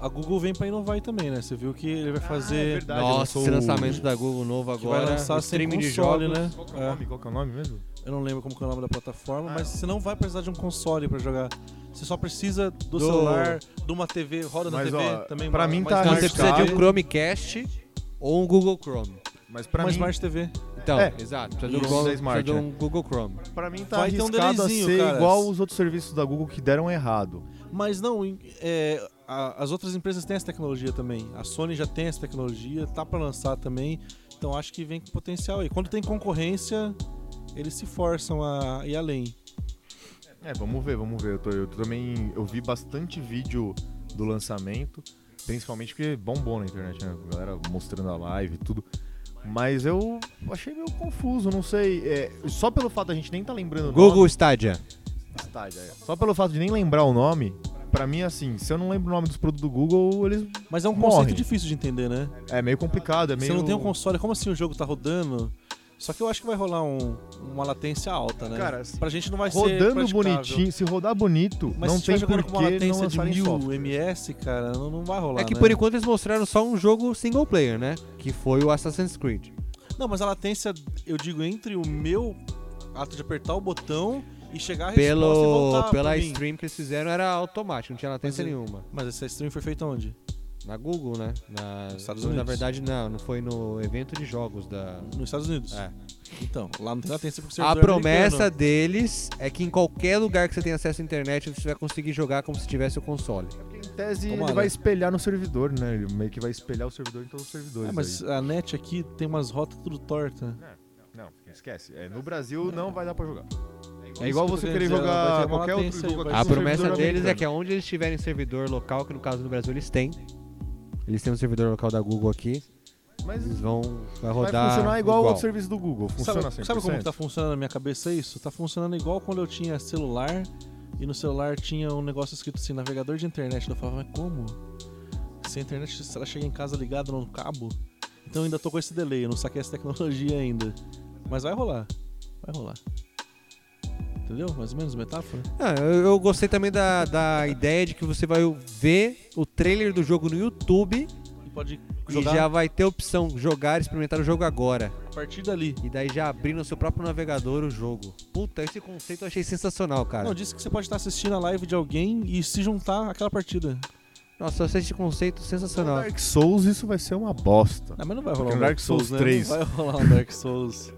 B: a Google vem pra inovar aí também, né? Você viu que ele vai fazer.
C: verdade.
D: Nossa,
C: lançou
D: esse
C: o-
D: lançamento da Google novo
B: que vai
D: agora.
B: lançar
D: o
B: sem
D: streaming
B: console,
D: de jogos.
B: né?
C: Qual que é o nome? Qual que é o nome mesmo?
B: É, eu não lembro como que é o nome da plataforma,
C: Ah.
B: mas você não vai precisar de um console pra jogar. Você só precisa do,
D: Do-
B: celular, de uma TV, roda na
C: Mas,
B: TV
C: ó,
B: também.
C: pra
B: uma-
C: mim
B: uma
C: tá
D: Então
B: Smart
D: você precisa
B: TV,
D: de um Chromecast ou um Google Chrome.
C: Mas pra
B: uma
C: mim,
B: Smart TV.
D: Então,
C: É.
D: exato. Precisa de um,
C: Isso.
D: Google-
C: Da Smart,
D: precisa de
B: né?
D: um Google Chrome.
C: pra mim tá
B: Vai ter um
C: arriscado a
B: delayzinho,
C: ser
B: cara.
C: igual os outros serviços da Google que deram errado.
B: Mas não, em- é, a- as outras empresas têm essa tecnologia também. A Sony já tem essa tecnologia, tá pra lançar também. Então acho que vem com potencial aí. Quando tem concorrência, eles se forçam a ir além.
C: É, vamos ver, vamos ver. Eu, tô- eu também eu vi bastante vídeo do lançamento, principalmente porque bombou na internet, né? A galera mostrando a live e tudo. Mas eu achei meio confuso, não sei. é, só pelo fato da gente nem tá lembrando o
D: Google
C: nome.
D: Stadia.
C: Estádia, é. Só pelo fato de nem lembrar o nome, pra mim, assim, se eu não lembro o nome dos produtos do Google, eles.
B: Mas é um
C: Morre.
B: conceito difícil de entender, né?
C: É meio complicado, é meio.
B: Você não tem um console, como assim o jogo tá rodando? Só que eu acho que vai rolar um- uma latência alta, né?
C: Cara, se
B: pra gente não vai ser
C: Rodando
B: praticável.
C: bonitinho, se rodar bonito,
B: Mas
C: não
B: se tiver
C: tem
B: jogando com uma
C: porquê não
B: latência de
C: lançarem
B: 1000
C: software.
B: ms, cara, não, não vai rolar,
D: É que
B: né?
D: por enquanto eles mostraram só um jogo single player, né? Que foi o Assassin's Creed.
B: Não, mas a latência, eu digo, entre o meu ato de apertar o botão e chegar a resposta e
D: Pelo,
B: voltar
D: pela
B: pra mim.
D: stream que eles fizeram era automático, não tinha latência
B: Mas é-
D: nenhuma.
B: Mas essa stream foi feita onde?
D: Na Google, né? Na,
B: Estados
D: na
B: Unidos.
D: verdade, não. Não foi no evento de jogos da.
B: Nos Estados Unidos.
D: É.
B: Então, lá não tem latência porque o
D: A
B: servidor é
D: promessa
B: americano.
D: deles é que em qualquer lugar que você tem acesso à internet, você vai conseguir jogar como se tivesse o console.
C: Em tese,
B: Tomara.
C: ele
D: é-
C: vai espelhar no servidor, né? Ele meio que vai espelhar o servidor em todos os servidores.
B: É, mas a net aqui tem umas rotas tudo torta.
C: aí. Não, esquece. É, no Brasil não vai dar pra jogar.
B: isso
C: É igual
B: que eu tô
C: você querer
B: querendo dizer, vai ter
C: jogar
B: uma
C: qualquer outro
B: latência aí,
C: jogo
B: vai
C: aqui
B: ter
D: A
C: no
B: Esse
D: promessa
C: servidor
D: deles é
C: americano.
D: que onde eles tiverem servidor local, que no caso no Brasil eles têm, eles têm um servidor local da Google aqui,
C: Mas
D: eles vão vai
C: vai
D: um rodar
C: funcionar igual, outro serviço do Google. Funciona
B: sabe,
C: 100%.
B: sabe como que tá funcionando na minha cabeça isso? Tá funcionando igual quando eu tinha celular e no celular tinha um negócio escrito assim, navegador de internet. Eu falava, mas como? Se a internet, se ela chega em casa ligada no cabo? Então eu ainda tô com esse delay, eu não saquei essa tecnologia ainda. Mas vai rolar. Vai rolar. Entendeu? Mais ou menos a metáfora.
D: Ah, eu, eu gostei também da, da ideia de que você vai ver o trailer do jogo no YouTube
B: E pode
D: e já
B: jogar
D: vai ter a opção jogar, experimentar o jogo agora.
B: a partir dali.
D: E daí já abrir no seu próprio navegador o jogo. Puta, esse conceito eu achei sensacional, cara.
B: Não, disse que você pode estar assistindo a live de alguém e se juntar àquela partida.
D: Nossa, eu achei esse conceito
C: No
D: sensacional.
C: Dark Souls isso vai ser uma bosta.
B: Ah, mas não vai
C: Porque
B: rolar um
C: no
B: Dark
C: Dark
B: Souls,
C: Souls
B: né?
C: 3.
B: Não vai rolar um Dark Souls.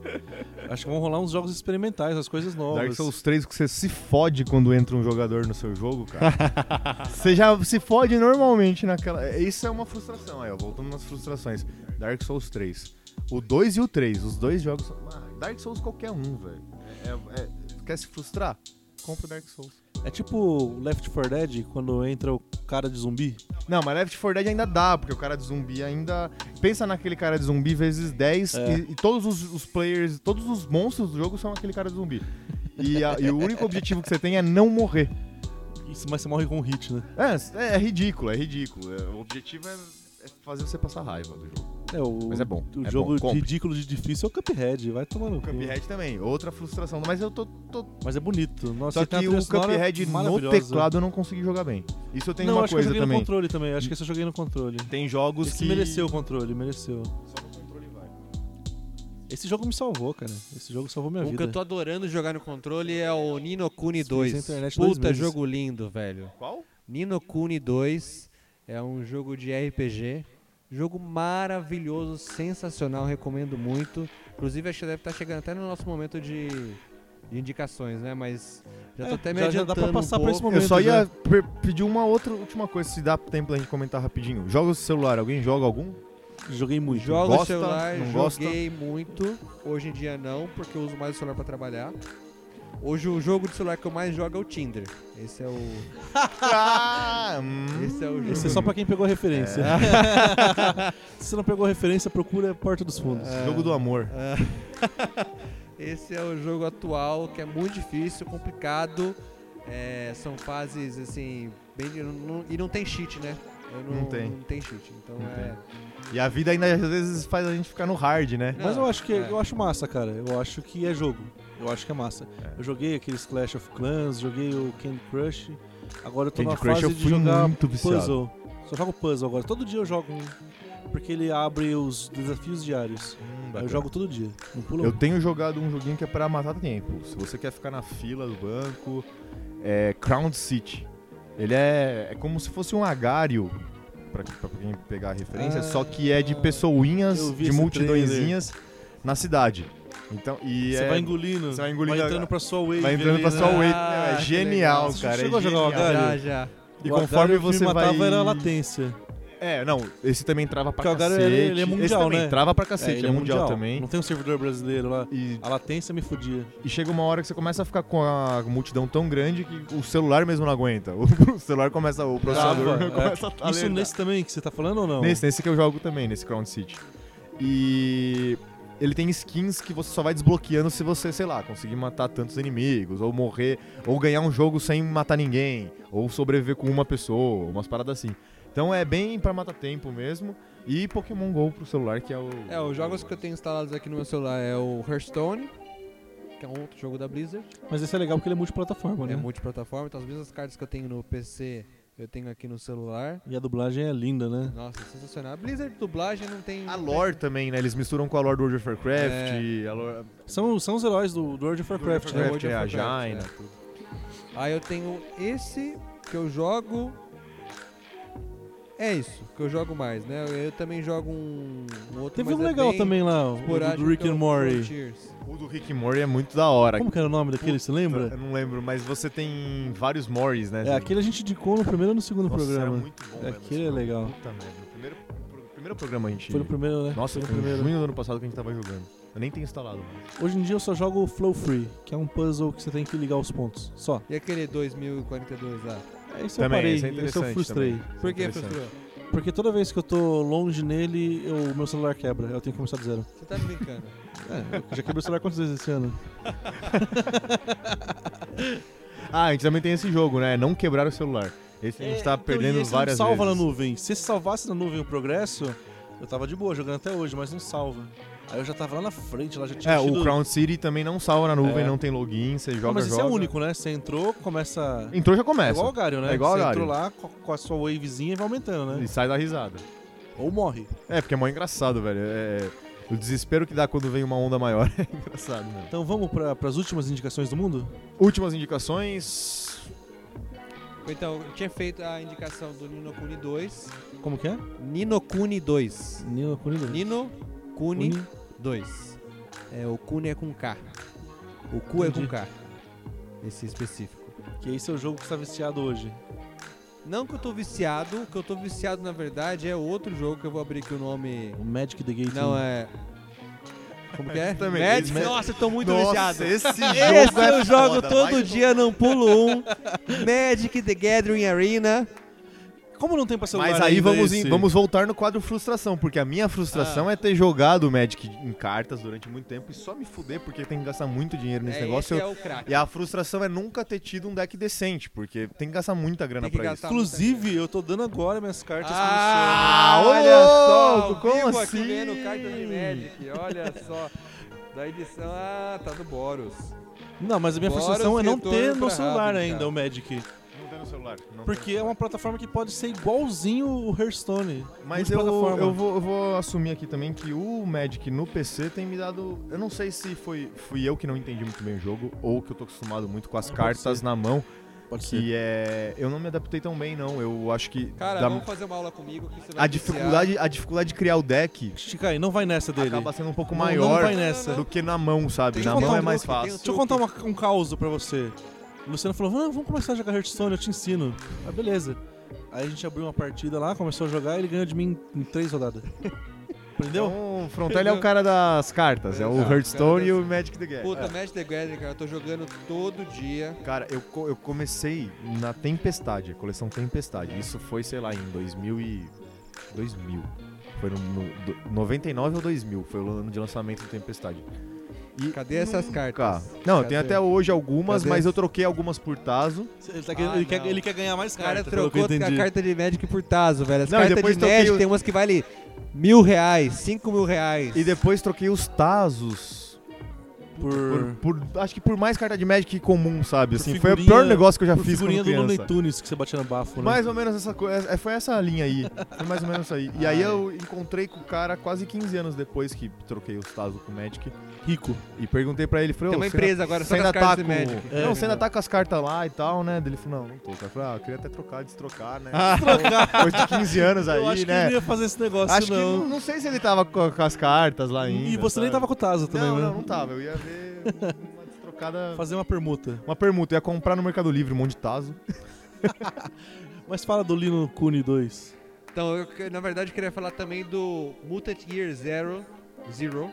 B: Acho que vão rolar uns jogos experimentais, as coisas novas.
C: Dark Souls 3 que você se fode quando entra um jogador no seu jogo, cara. você já se fode normalmente naquela. Isso é uma frustração, aí, ó, voltando nas frustrações. Dark Souls 3. O 2 e o 3, os dois jogos. são- Ah, Dark Souls qualquer um, velho. É- é- é- Quer se frustrar? Compra o Dark Souls.
B: É tipo Left 4 Dead, quando entra o cara de zumbi.
C: Não, mas Left 4 Dead ainda dá, porque o cara de zumbi ainda. Pensa naquele cara de zumbi vezes 10
B: É.
C: e, e todos os, os players, todos os monstros do jogo são aquele cara de zumbi. E, a- e o único objetivo que você tem é não morrer.
B: Isso, mas você morre com um hit, né?
C: É, é, é ridículo, é ridículo. É, o objetivo é, é fazer você passar raiva do jogo.
B: É, o,
C: Mas é bom,
B: O
C: é
B: jogo
C: bom, compre.
B: ridículo de difícil é o Cuphead, vai tomar no cu.
C: Cuphead também, outra frustração. Mas eu tô. tô-
B: Mas é bonito. Nossa,
C: Só
B: e tem uma
C: que
B: trilha
C: o
B: sonora
C: Cuphead no
B: maravilhosa.
C: teclado eu não consegui jogar bem. Isso eu tenho
B: não,
C: uma
B: acho
C: coisa
B: que eu joguei no
C: também.
B: controle também. Acho que esse eu joguei no controle.
C: Tem jogos
B: Esse
C: que.
B: mereceu o controle, mereceu. Esse jogo me salvou, cara. Esse jogo salvou minha
D: O que
B: vida.
D: eu tô adorando jogar no controle é o Nino Kuni
B: Experiência
D: 2.
B: internet dois
D: Puta,
B: meses.
D: jogo lindo, velho.
C: Qual?
D: Nino Kuni 2 é um jogo de RPG. Jogo maravilhoso, sensacional, recomendo muito. Inclusive, acho que deve estar chegando até no nosso momento de, de indicações, né? Mas já tô
B: É,
D: até me
B: já- já dá
D: adiantando
B: pra passar
D: um
B: pra esse
D: pouco.
C: Eu só
B: Momento,
C: ia per- pedir uma outra última coisa, se dá tempo da gente comentar rapidinho. Jogos de celular, alguém joga algum?
B: Joguei muito.
D: Jogo
C: Gosta,
D: celular,
C: não gosta?
D: joguei muito. Hoje em dia não, porque eu uso mais o celular pra trabalhar. Hoje o jogo de celular que eu mais jogo é o Tinder. Esse é o,
C: Ah, hum.
D: esse é o jogo.
B: Esse é só pra quem pegou a referência.
C: É.
B: Se não pegou a referência, procura Porta dos Fundos.
C: Jogo do amor.
D: Esse é o jogo atual, que é muito difícil, complicado. É, são fases assim, bem. não- não- e não tem cheat, né? Eu
C: Não tem.
D: Não tem cheat. Então
C: Não
D: é.
C: E a vida ainda às vezes faz a gente ficar no hard, né?
B: Mas eu acho que
D: é.
B: eu acho massa, cara. Eu acho
C: É.
B: que é jogo. Eu acho que é massa. Eu joguei aqueles Clash of Clans, joguei o Candy Crush, Agora eu tô
C: Candy
B: na
C: Crush
B: fase
C: eu
B: de
C: fui
B: jogar
C: muito viciado.
B: puzzle. Só jogo puzzle agora. Todo dia eu jogo um. Porque ele abre os desafios diários. Aí eu jogo todo dia. Não pula
C: Eu
B: um.
C: tenho jogado um joguinho que é pra matar tempo. Se você quer ficar na fila do banco, é Crown City. Ele é, é como se fosse um agário, pra, pra quem pegar a referência,
B: Ah,
C: só que é de pessoinhas,
B: eu vi
C: de
B: esse
C: multidõezinhas na cidade. Então, e
B: Você
C: é,
B: vai engolindo.
C: você vai engolindo
B: Vai
C: a-
B: entrando pra sua wave.
C: vai entrando
B: ali,
C: pra
B: né?
C: sua wave.
D: Ah,
C: né? é
D: que
C: genial,
D: legal. Você
C: cara.
B: chegou
C: é
B: a jogar o
C: genial.
B: agário?
D: Já,
B: Caralho.
C: E
D: já.
B: O atalho
C: conforme
B: que me
C: você vai.
B: matava era a latência.
C: É, não, esse também trava pra
B: Porque o agário,
C: cacete.
B: ele é mundial,
C: esse também
B: né?
C: trava pra cacete, é,
B: ele
C: mundial, também.
B: Não tem um servidor brasileiro lá.
C: E
B: A latência me fodia.
C: E chega uma hora que você começa a ficar com a multidão tão grande que o celular mesmo não aguenta. O, celular começa, o processador
B: Trava, é.
C: né? começa a talentar.
B: Isso nesse também que você tá falando ou não?
C: nesse, nesse que eu jogo também, nesse Crown City. E ele tem skins que você só vai desbloqueando se você, sei lá, conseguir matar tantos inimigos, ou morrer, ou ganhar um jogo sem matar ninguém, ou sobreviver com uma pessoa, umas paradas assim. Então é bem pra matar tempo mesmo. E Pokémon GO pro celular, que é o.
D: É, os jogos que eu tenho instalados aqui no meu celular é o Hearthstone, que é um outro jogo da Blizzard.
B: Mas esse é legal porque ele é multiplataforma, né?
D: É multiplataforma, então as mesmas cartas que eu tenho no PC, eu tenho aqui no celular.
B: E a dublagem é linda, né?
D: Nossa, sensacional. A Blizzard dublagem não tem.
C: A lore também, né? Eles misturam com a lore do World of Warcraft,
D: É.
C: e a lore,
B: São, são os heróis do, do World of Warcraft,
C: Warcraft.
B: né?
D: World
C: é a
D: of Warcraft,
C: Jaina,
D: é. Aí eu tenho esse que eu jogo. É isso, que eu jogo mais, né? Eu também jogo um, um outro
B: Teve
D: mas
B: um
D: é
B: legal
D: bem
B: também lá, o do-
D: esporádico,
B: do Rick
D: que é
B: and
D: o
B: Morty.
D: Frontiers.
C: O do Rick Mori é muito da hora.
B: Como que era o nome daquele, você
C: Eu
B: lembra?
C: não lembro, mas você tem vários Morris, né?
B: É, aquele a gente indicou no primeiro ou no segundo
C: Nossa, era
B: programa.
C: muito bom, velho,
B: Aquele
C: esse
B: é
C: jogo.
B: legal.
C: Puta merda. O primeiro, o primeiro programa a gente...
B: Foi no primeiro, né?
C: Nossa,
B: Foi
C: foi
B: no
C: em
B: primeiro.
C: junho do ano passado que a gente tava jogando. Eu nem tenho instalado. Mas...
B: Hoje em dia eu só jogo o Flow Free, que é um puzzle que você tem que ligar os pontos. Só.
D: E aquele 2042 lá?
B: É isso eu
C: Também,
B: parei,
C: esse é
B: isso eu
C: interessante
B: frustrei.
C: também.
D: Por que,
C: Interessante.
D: professor?
B: Porque toda vez que eu tô longe nele, eu- o meu celular quebra. Eu tenho que começar do zero.
D: Você tá brincando.
B: Eu já quebrei o celular quantas vezes esse ano?
C: Ah, a gente também tem esse jogo, né? Não quebrar o celular. Esse a
B: É,
C: gente tá perdendo várias
B: então, não salva
C: vezes.
B: na nuvem. Se salvasse na nuvem o progresso, eu tava de boa jogando até hoje, mas não salva. Aí eu já tava lá na frente, lá já tinha
C: É,
B: tido...
C: o Crown City também não salva na nuvem,
B: É.
C: não tem login, você joga,
B: Ah, mas esse é
C: joga.
B: único, né? Você entrou, começa...
C: Entrou, já
B: É
C: começa.
B: igual o Gario, né?
C: É igual
B: Você
C: ao
B: entrou lá co- com a sua wavezinha e vai aumentando, né?
C: E sai da risada.
B: Ou morre.
C: É, porque é mó engraçado, velho. É... O desespero que dá quando vem uma onda maior é engraçado, né?
B: Então vamos pra, pras últimas indicações do mundo?
C: Últimas indicações.
D: Então, eu tinha feito a indicação do Nino Kuni 2.
B: Como que é?
D: Nino Kuni 2.
B: Nino Kuni dois.
D: Nino Kuni 2. É, o Kuni é com K. O Ku é com
B: Entendi.
D: K. Esse específico.
B: Que esse é o jogo que você tá viciado hoje.
D: Não que eu tô viciado, o que eu tô viciado na verdade é outro jogo que eu vou abrir aqui o nome.
B: O Magic the Gathering.
D: Não é. Como que é?
C: Também,
D: Magic?
C: esse-
D: Nossa, eu tô muito viciado.
C: Nossa, esse jogo
D: Esse
C: é
D: eu jogo
C: foda,
D: todo
C: vai
D: dia, não pulo um. Magic the Gathering Arena.
B: Como não tem pra celular
C: Mas aí
B: ainda
C: vamos, em-
B: esse?
C: vamos voltar no quadro frustração, porque a minha
D: Ah.
C: frustração é ter jogado o Magic em cartas durante muito tempo e só me fuder porque tem que gastar muito dinheiro nesse
D: É,
C: negócio.
D: esse é o craque.
C: E a frustração é nunca ter tido um deck decente, porque tem que gastar muita grana
D: Tem que
C: pra
D: gastar-
C: isso.
B: Inclusive, eu tô dando agora minhas cartas
D: Ah,
C: Olha
D: olha
C: só,
D: só!
C: como
D: vivo
C: assim?
D: aqui ganhando cartas de Magic, olha só. Da edição, ah, tá do Boros.
B: pro seu. Não, mas a minha
D: Bora
B: frustração
D: o
B: é não
D: retorno
B: ter no
D: pra
B: celular
D: rádio,
B: ainda
D: cara.
B: o Magic.
C: Não tem no celular. não
B: Porque
C: tem.
B: é uma plataforma que pode ser igualzinho o Hearthstone.
C: Mas eu,
B: Multiplataforma.
C: eu, vou, eu vou assumir aqui também que o Magic no PC tem me dado. Eu não sei se foi, fui eu que não entendi muito bem o jogo, ou que eu tô acostumado muito com as
B: Pode
C: cartas
B: ser.
C: na mão.
B: Pode ser.
C: Que é. Eu não me adaptei tão bem, não. Eu acho que.
D: Cara,
C: dá-
D: vamos fazer uma aula comigo que você vai
C: a,
D: viciar.
C: dificuldade, a dificuldade de criar o deck
B: Estica aí, não vai nessa dele.
C: acaba sendo um pouco
B: Não- não
C: maior
B: vai nessa.
C: do que na mão, sabe?
D: Tem
C: na
B: um
C: mão é
B: truque,
C: mais
D: tem um
C: fácil.
B: Deixa eu contar uma- um caos pra você. O Luciano falou: "Ah, vamos começar a jogar Hearthstone, eu te ensino. Ah, beleza. Aí a gente abriu uma partida lá, começou a jogar e ele ganhou de mim em três rodadas. Entendeu?
C: Então, o Frontelli é o cara das cartas, é o
D: Exato,
C: Hearthstone
D: cara
C: e o Magic the Gathering.
D: Puta, Magic the Gathering, cara, eu tô jogando todo dia.
C: Cara, eu, co- eu comecei na Tempestade, a coleção Tempestade. Isso foi, sei lá, em 2000 e... 2000. Foi no, no do- 99 ou 2000, foi o ano de lançamento do Tempestade. E
D: Cadê essas cartas?
C: Não, eu
D: Cadê?
C: tenho até hoje algumas,
D: Cadê?
C: mas eu troquei algumas por Tazo.
B: Ele, tá querendo-
D: Ah,
B: ele quer,
D: não.
B: ele quer ganhar mais
D: O cara
B: cartas. pelo que eu
D: trocou a
B: entendi.
D: carta de Magic por Tazo, velho. As
C: Não, e
D: cartas
C: depois
D: de
C: troquei
D: Magic
C: o-
D: tem umas que valem mil reais, cinco mil reais.
C: E depois troquei os Tazos
B: por,
C: Por, acho que por mais carta de Magic comum, sabe?
B: Por
C: Assim, foi o
B: figurinha-
C: pior negócio que eu já
B: por
C: fiz quando
B: figurinha do Looney
C: criança.
B: Tunes que você batia no bafo, né?
C: Mais ou menos essa coisa. Foi essa linha aí. Foi mais ou menos isso aí. E aí eu encontrei com o cara quase 15 anos depois que troquei os Tazo com o Magic.
B: Rico.
C: E perguntei pra ele, falei,
D: Tem
C: "Ô,
D: uma
C: você
D: empresa agora só
C: Você
D: das
C: ainda tá
D: cartas
C: com...
D: de
B: É,
D: Magic.
C: não, você ainda
B: verdade.
C: tá com as cartas lá e tal, né? Ele falou, não, não tô. Eu falei, ah, eu queria até trocar, destrocar, né? Depois de 15 anos aí,
B: Ah. eu acho que
C: né?
B: ele não ia fazer esse negócio,
C: acho que
B: não.
C: não, não sei se ele tava com, com as cartas lá ainda.
B: E você nem tava
C: sabe?
B: com o Tazo também,
C: Não,
B: né?
C: não, não tava. Eu ia ver uma destrocada...
B: Fazer uma permuta.
C: Uma permuta, eu ia comprar no Mercado Livre um monte de taso.
B: Mas fala do Lino Kuni 2.
D: Então, eu, que- na verdade, eu queria falar também do Mutant Year Zero, Zero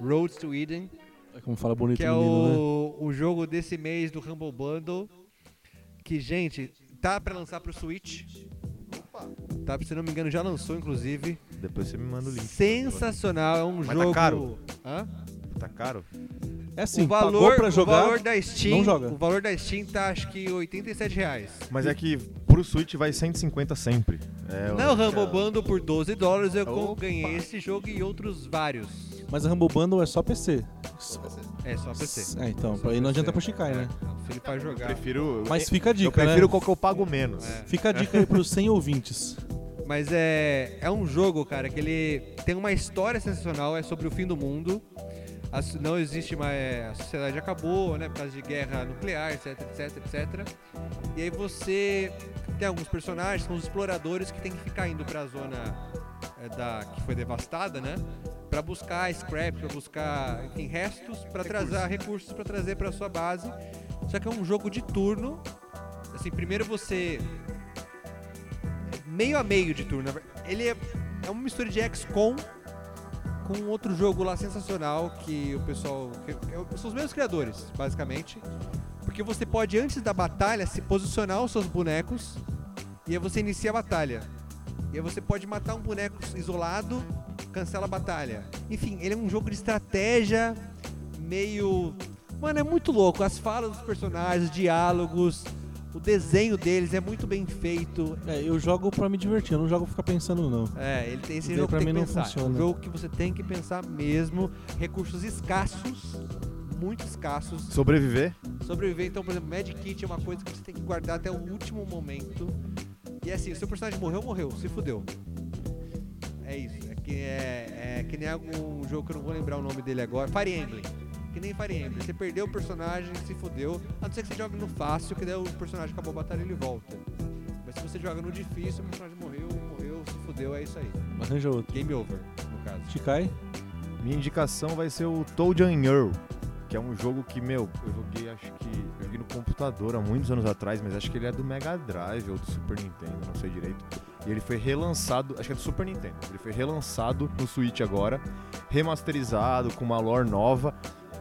D: Roads to Eden,
B: É como fala bonito
D: que é
B: o menino, né?
D: o, o jogo desse mês do Humble Bundle. Que, gente, tá pra lançar pro Switch. Tá, se não me engano, já lançou, inclusive.
C: Depois você me manda o link.
D: Sensacional, é um
C: Mas tá
D: jogo.
C: caro?
D: Hã?
C: Tá caro?
B: É assim,
D: o
B: pagou
D: valor,
B: pra jogar.
D: o valor da Steam,
B: não joga.
D: o valor da Steam tá acho que 87 reais.
C: Mas é que pro Switch vai 150 sempre. É, eu-
D: Não, Rumble Bundle por 12 dólares eu
C: Opa.
D: ganhei esse jogo e outros vários.
B: Mas a Rumble Bundle é só PC.
D: É só PC.
B: É, então, aí não adianta
D: PC.
B: Pushikai, né?
D: Filho pra
C: Eu
D: jogar.
C: prefiro...
B: Mas fica a dica,
C: eu prefiro
B: né?
C: qual que eu pago menos.
D: É.
B: Fica a dica aí pros 100 ouvintes.
D: Mas é, é um jogo, cara, que ele tem uma história sensacional, é sobre o fim do mundo. A so- não existe mais. é, A sociedade acabou, né? Por causa de guerra nuclear, etc, etc, etc. E aí você tem alguns personagens, são os exploradores que tem que ficar indo pra zona é, da, que foi devastada, né? Pra buscar scraps, pra buscar enfim, restos, pra trazer recursos pra trazer pra sua base. Só que é um jogo de turno. Assim, primeiro você meio a meio de turno. na ver- Ele é, é uma mistura de XCOM com outro jogo lá sensacional que o pessoal. que- que- são os mesmos criadores, basicamente. Porque você pode, antes da batalha, se posicionar os seus bonecos e aí você inicia a batalha. E aí você pode matar um boneco isolado, cancela a batalha. Enfim, ele é um jogo de estratégia meio. Mano, é muito louco. As falas dos personagens, os diálogos, o desenho deles é muito bem feito.
B: É, eu jogo pra me divertir, eu não jogo pra ficar pensando, não.
D: É, ele tem esse
B: Daí
D: jogo
B: pra
D: que tem
B: mim
D: que
B: não
D: pensar. É um
B: funciona.
D: jogo que você tem que pensar mesmo, recursos escassos, muito escassos.
C: Sobreviver?
D: Sobreviver, então, por exemplo, Magic Kit é uma coisa que você tem que guardar até o último momento. E é assim, se o personagem morreu, morreu, se fudeu. É isso. É que, é, é que nem algum jogo que eu não vou lembrar o nome dele agora. Fire Emblem. Que nem Fire Emblem. Você perdeu o personagem, se fudeu. A não ser que você jogue no fácil, que daí o personagem acabou a batalha e ele volta. Mas se você joga no difícil, o personagem morreu, morreu, se fudeu, é isso aí.
B: Arranja outro.
D: Game over, no caso.
B: Shikai?
C: Minha indicação vai ser o Toad and Earl, que é um jogo que, meu, eu joguei acho que. Eu joguei no computador há muitos anos atrás, mas acho que ele é do Mega Drive ou do Super Nintendo, não sei direito. E ele foi relançado, acho que é do Super Nintendo. Ele foi relançado no Switch agora, remasterizado, com uma lore nova,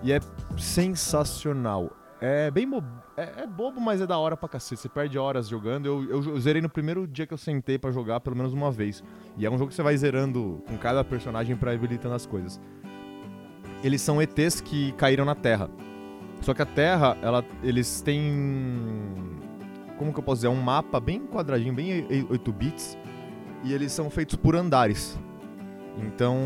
C: e é sensacional. É bem bobo. É, é bobo, mas é da hora pra cacete. Você perde horas jogando. Eu, eu, eu zerei no primeiro dia que eu sentei pra jogar, pelo menos uma vez. E é um jogo que você vai zerando com cada personagem pra ir habilitando as coisas eles são ETs que caíram na Terra. Só que a Terra, ela, eles têm. Como que eu posso dizer? É um mapa bem quadradinho, bem ei- 8 bits. E eles são feitos por andares. Então,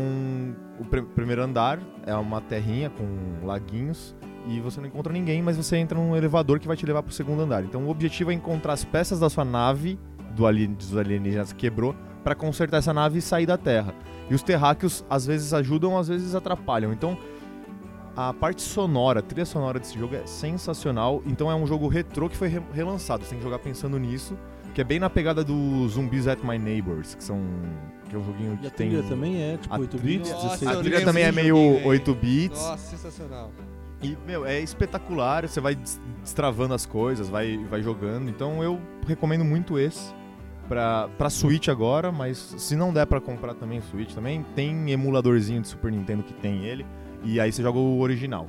C: o pri- primeiro andar é uma terrinha com laguinhos. E você não encontra ninguém, mas você entra num elevador que vai te levar pro segundo andar. Então, o objetivo é encontrar as peças da sua nave, do alien, dos alienígenas que quebrou, pra consertar essa nave e sair da Terra. E os terráqueos às vezes ajudam, às vezes atrapalham. Então, a parte sonora, a trilha sonora desse jogo é sensacional. Então, é um jogo retrô que foi re- relançado. Você tem que jogar pensando nisso. Que é bem na pegada do Zumbis at My Neighbors, que são. que é um joguinho
B: E
C: que
B: a
C: tem.
B: trilha também é, tipo,
C: a
B: 8 bits,
D: trilha-
B: 16
C: A
D: Nossa, eu
B: bits.
C: trilha
D: lembro
C: também é
D: desse
C: meio
D: joguinho, hein?
C: 8 bits.
D: Nossa, sensacional.
C: E, meu, é espetacular, você vai des- destravando as coisas, vai, vai jogando. Então eu recomendo muito esse pra, pra Switch agora, mas se não der pra comprar também Switch também, tem emuladorzinho de Super Nintendo que tem ele, e aí você joga o original.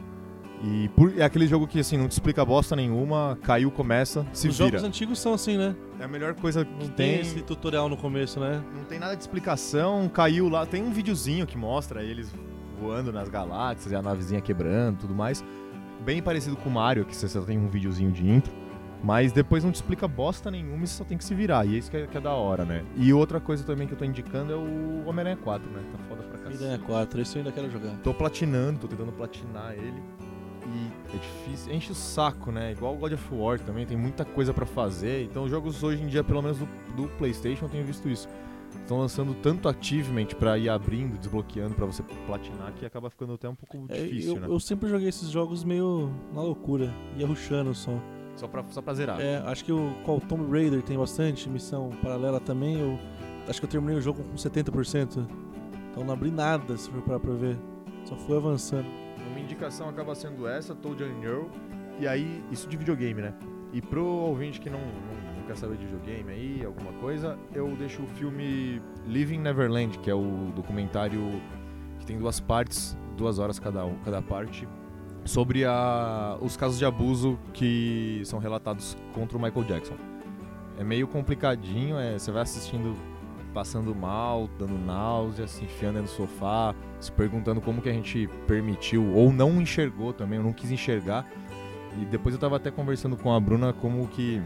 C: E por- é aquele jogo que assim, não te explica bosta nenhuma, caiu, começa, se
B: Os
C: vira.
B: jogos antigos são assim, né?
C: É a melhor coisa que
B: Não tem
C: tem.
B: esse tutorial no começo, né?
C: Não tem nada de explicação, caiu lá. Tem um videozinho que mostra eles voando nas galáxias e a navezinha quebrando e tudo mais. Bem parecido com o Mario, que você só tem um videozinho de intro. Mas depois não te explica bosta nenhuma e você só tem que se virar. E é isso que é, que é da hora, né? E outra coisa também que eu tô indicando é o Homem-Aranha 4, né? Tá foda pra
B: Ideia
C: cacete.
B: 4, esse eu ainda quero jogar.
C: Tô platinando, tô tentando platinar ele. É difícil, enche o saco, né? Igual o God of War também, tem muita coisa pra fazer. Então, os jogos hoje em dia, pelo menos do, do PlayStation, eu tenho visto isso. Estão lançando tanto achievement pra ir abrindo, desbloqueando, pra você platinar, que acaba ficando até um pouco
B: É,
C: difícil,
B: eu,
C: né?
B: eu sempre joguei esses jogos meio na loucura, ia rushando só.
C: Só, pra, só pra zerar.
B: É, acho que o qual Tomb Raider tem bastante missão paralela também. Eu acho que eu terminei o jogo com 70%. Então não abri nada, se for parar pra ver. Só fui avançando.
C: Uma indicação acaba sendo essa, Toad and Earl. E aí, isso de videogame, né? E pro ouvinte que não, não, não quer saber de videogame aí, alguma coisa, eu deixo o filme Living Neverland, que é o documentário que tem duas partes, duas horas cada, um- cada parte, sobre a, os casos de abuso que são relatados contra o Michael Jackson. É meio complicadinho, é, você vai assistindo passando mal, dando náusea, se enfiando no sofá, se perguntando como que a gente permitiu ou não enxergou também, eu não quis enxergar. E depois eu tava até conversando com a Bruna como que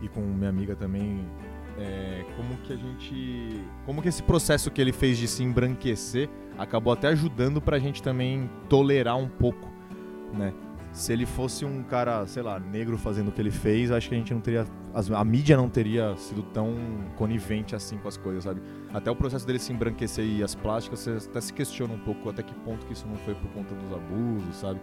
C: e com minha amiga também é, como que a gente como que esse processo que ele fez de se embranquecer acabou até ajudando pra gente também tolerar um pouco, né? Se ele fosse um cara, sei lá, negro fazendo o que ele fez, acho que a gente não teria as- a mídia não teria sido tão conivente assim com as coisas, sabe? Até o processo dele se embranquecer e as plásticas, você até se questiona um pouco até que ponto que isso não foi por conta dos abusos, sabe?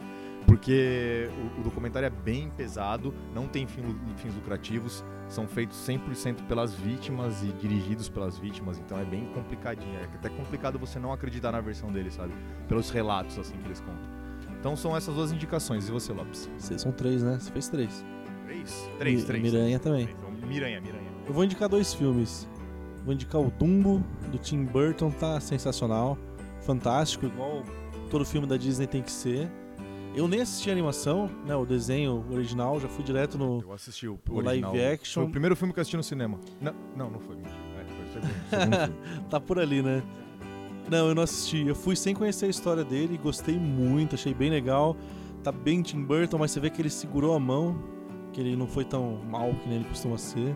C: Porque o, o documentário é bem pesado, não tem fim lu- fins lucrativos, são feitos 100% pelas vítimas e dirigidos pelas vítimas, então é bem complicadinho. É até complicado você não acreditar na versão dele, sabe? Pelos relatos assim que eles contam. Então são essas duas indicações. E você, Lopes?
B: Cê- São três, né? Você fez três.
C: Três? Então,
B: Mi- Miranha também.
C: Miranha, Miranha.
B: Eu vou indicar dois filmes. Vou indicar o Dumbo, do Tim Burton, tá sensacional. Fantástico, igual todo filme da Disney tem que ser. Eu nem assisti a animação, né? O desenho original, já fui direto no.
C: Eu assisti o,
B: O
C: original.
B: live action.
C: Foi o primeiro filme que eu assisti no cinema. Não, não, não foi. mentira. É, foi o segundo, segundo filme.
B: Tá por ali, né? Não, eu não assisti. Eu fui sem conhecer a história dele, gostei muito, achei bem legal. Tá bem Tim Burton, mas você vê que ele segurou a mão, que ele não foi tão mal que nem ele costuma ser.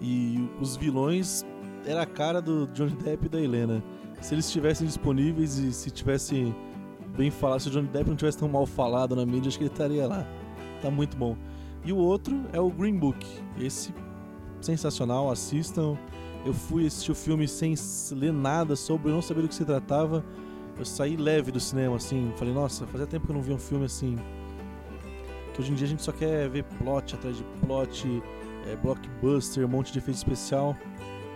B: E os vilões era a cara do Johnny Depp e da Helena. Se eles estivessem disponíveis e se tivesse bem falado, se o Johnny Depp não tivesse tão mal falado na mídia, acho que ele estaria lá. Tá muito bom. E o outro é o Green Book. Esse sensacional, assistam. Eu fui assistir o filme sem s- ler nada sobre, eu não sabia do que se tratava. Eu saí leve do cinema, assim. Falei, nossa, fazia tempo que eu não vi um filme assim. Que hoje em dia a gente só quer ver plot atrás de plot, é, blockbuster, um monte de efeito especial.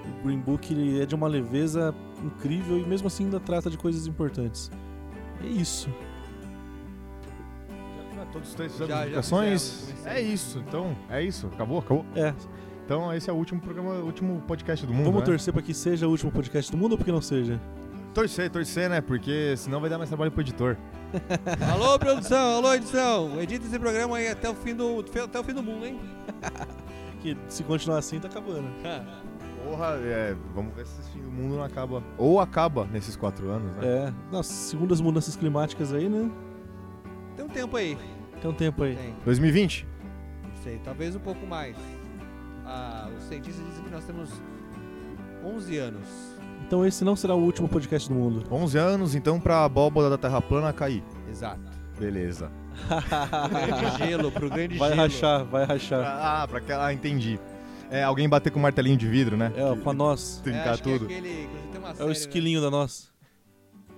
B: O Green Book ele é de uma leveza incrível e mesmo assim ainda trata de coisas importantes. É isso.
C: Ah, Todos os três
D: Já-
C: fizeram
D: já
C: indicações.
D: fizemos,
C: É isso, então. É isso. Acabou, acabou.
B: É,
C: Então esse é o último programa, o último podcast do mundo.
B: vamos
C: né?
B: torcer pra que seja o último podcast do mundo ou porque não seja?
C: Torcer, torcer, né? Porque senão vai dar mais trabalho pro editor.
D: alô, produção, alô, edição. Edita esse programa aí até o fim do, até o fim do mundo, hein?
B: Que se continuar assim tá acabando.
C: Porra, é, vamos ver se esse fim do mundo não acaba. Ou acaba nesses quatro anos, né?
B: É, nossa, segundo as mudanças climáticas aí, né?
D: Tem um tempo aí.
B: Tem um tempo aí.
D: Tem,
C: 2020?
D: não sei, talvez um pouco mais. Ah, os cientistas dizem que nós temos 11 anos.
B: Então esse não será o último podcast do mundo.
C: 11 anos, então, pra abóbora da Terra plana cair.
D: Exato.
C: Beleza.
D: Grande gelo, pro grande
B: Vai
D: gelo.
B: rachar, vai rachar.
C: Ah, pra aquela... Ah, entendi. É, alguém bater com um martelinho de vidro, né?
B: É, ó, com a nós.
D: É,
C: Trincar
D: acho que
C: tá tudo.
D: É, aquele, inclusive tem uma
B: É o
D: série,
B: esquilinho da nós.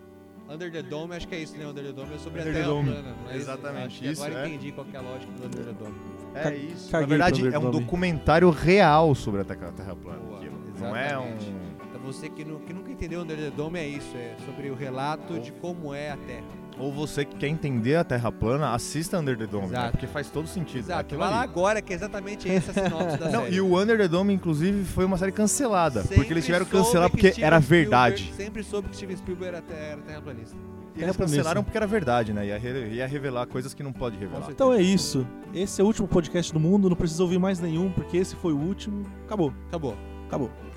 D: Né? Under the Dome, acho que é isso, né? Under the Dome é sobre
C: Under
D: a
C: the
D: Terra
C: Dome.
D: plana. não é isso?
C: Exatamente
D: acho que
C: isso,
D: Agora
C: é.
D: entendi qual que é a lógica do Under the Dome.
B: Ca-
C: É isso. Na
B: caguei
C: verdade,
B: pro
C: é um
B: Verdome.
C: documentário real sobre a Terra Terra plana.
D: Boa,
C: aquilo. não é
D: exatamente.
C: um.
D: Pra você que, nu- que nunca entendeu Under the Dome, é isso. É sobre o relato de como é a Terra.
C: Ou você que quer entender a Terra plana, assista Under the Dome, né?
D: Exato.
C: porque faz todo sentido.
D: Exato.
C: Aquilo
D: Vai lá
C: ali.
D: agora, que é exatamente essa a sinopse da
C: Não,
D: série.
C: e o Under the Dome, inclusive, foi uma série cancelada.
D: Sempre
C: porque eles tiveram que
D: soube
C: cancelar
D: que
C: porque
D: Steven
C: era
D: Spielberg-
C: verdade.
D: Sempre soube que Steven Spielberg era, te- era terraplanista.
C: E eles cancelaram porque era verdade, né? Ia, re- ia revelar coisas que não pode revelar.
B: Então é isso. Esse é o último podcast do mundo. Não precisa ouvir mais nenhum, porque esse foi o último. Acabou,
D: Acabou.
B: acabou.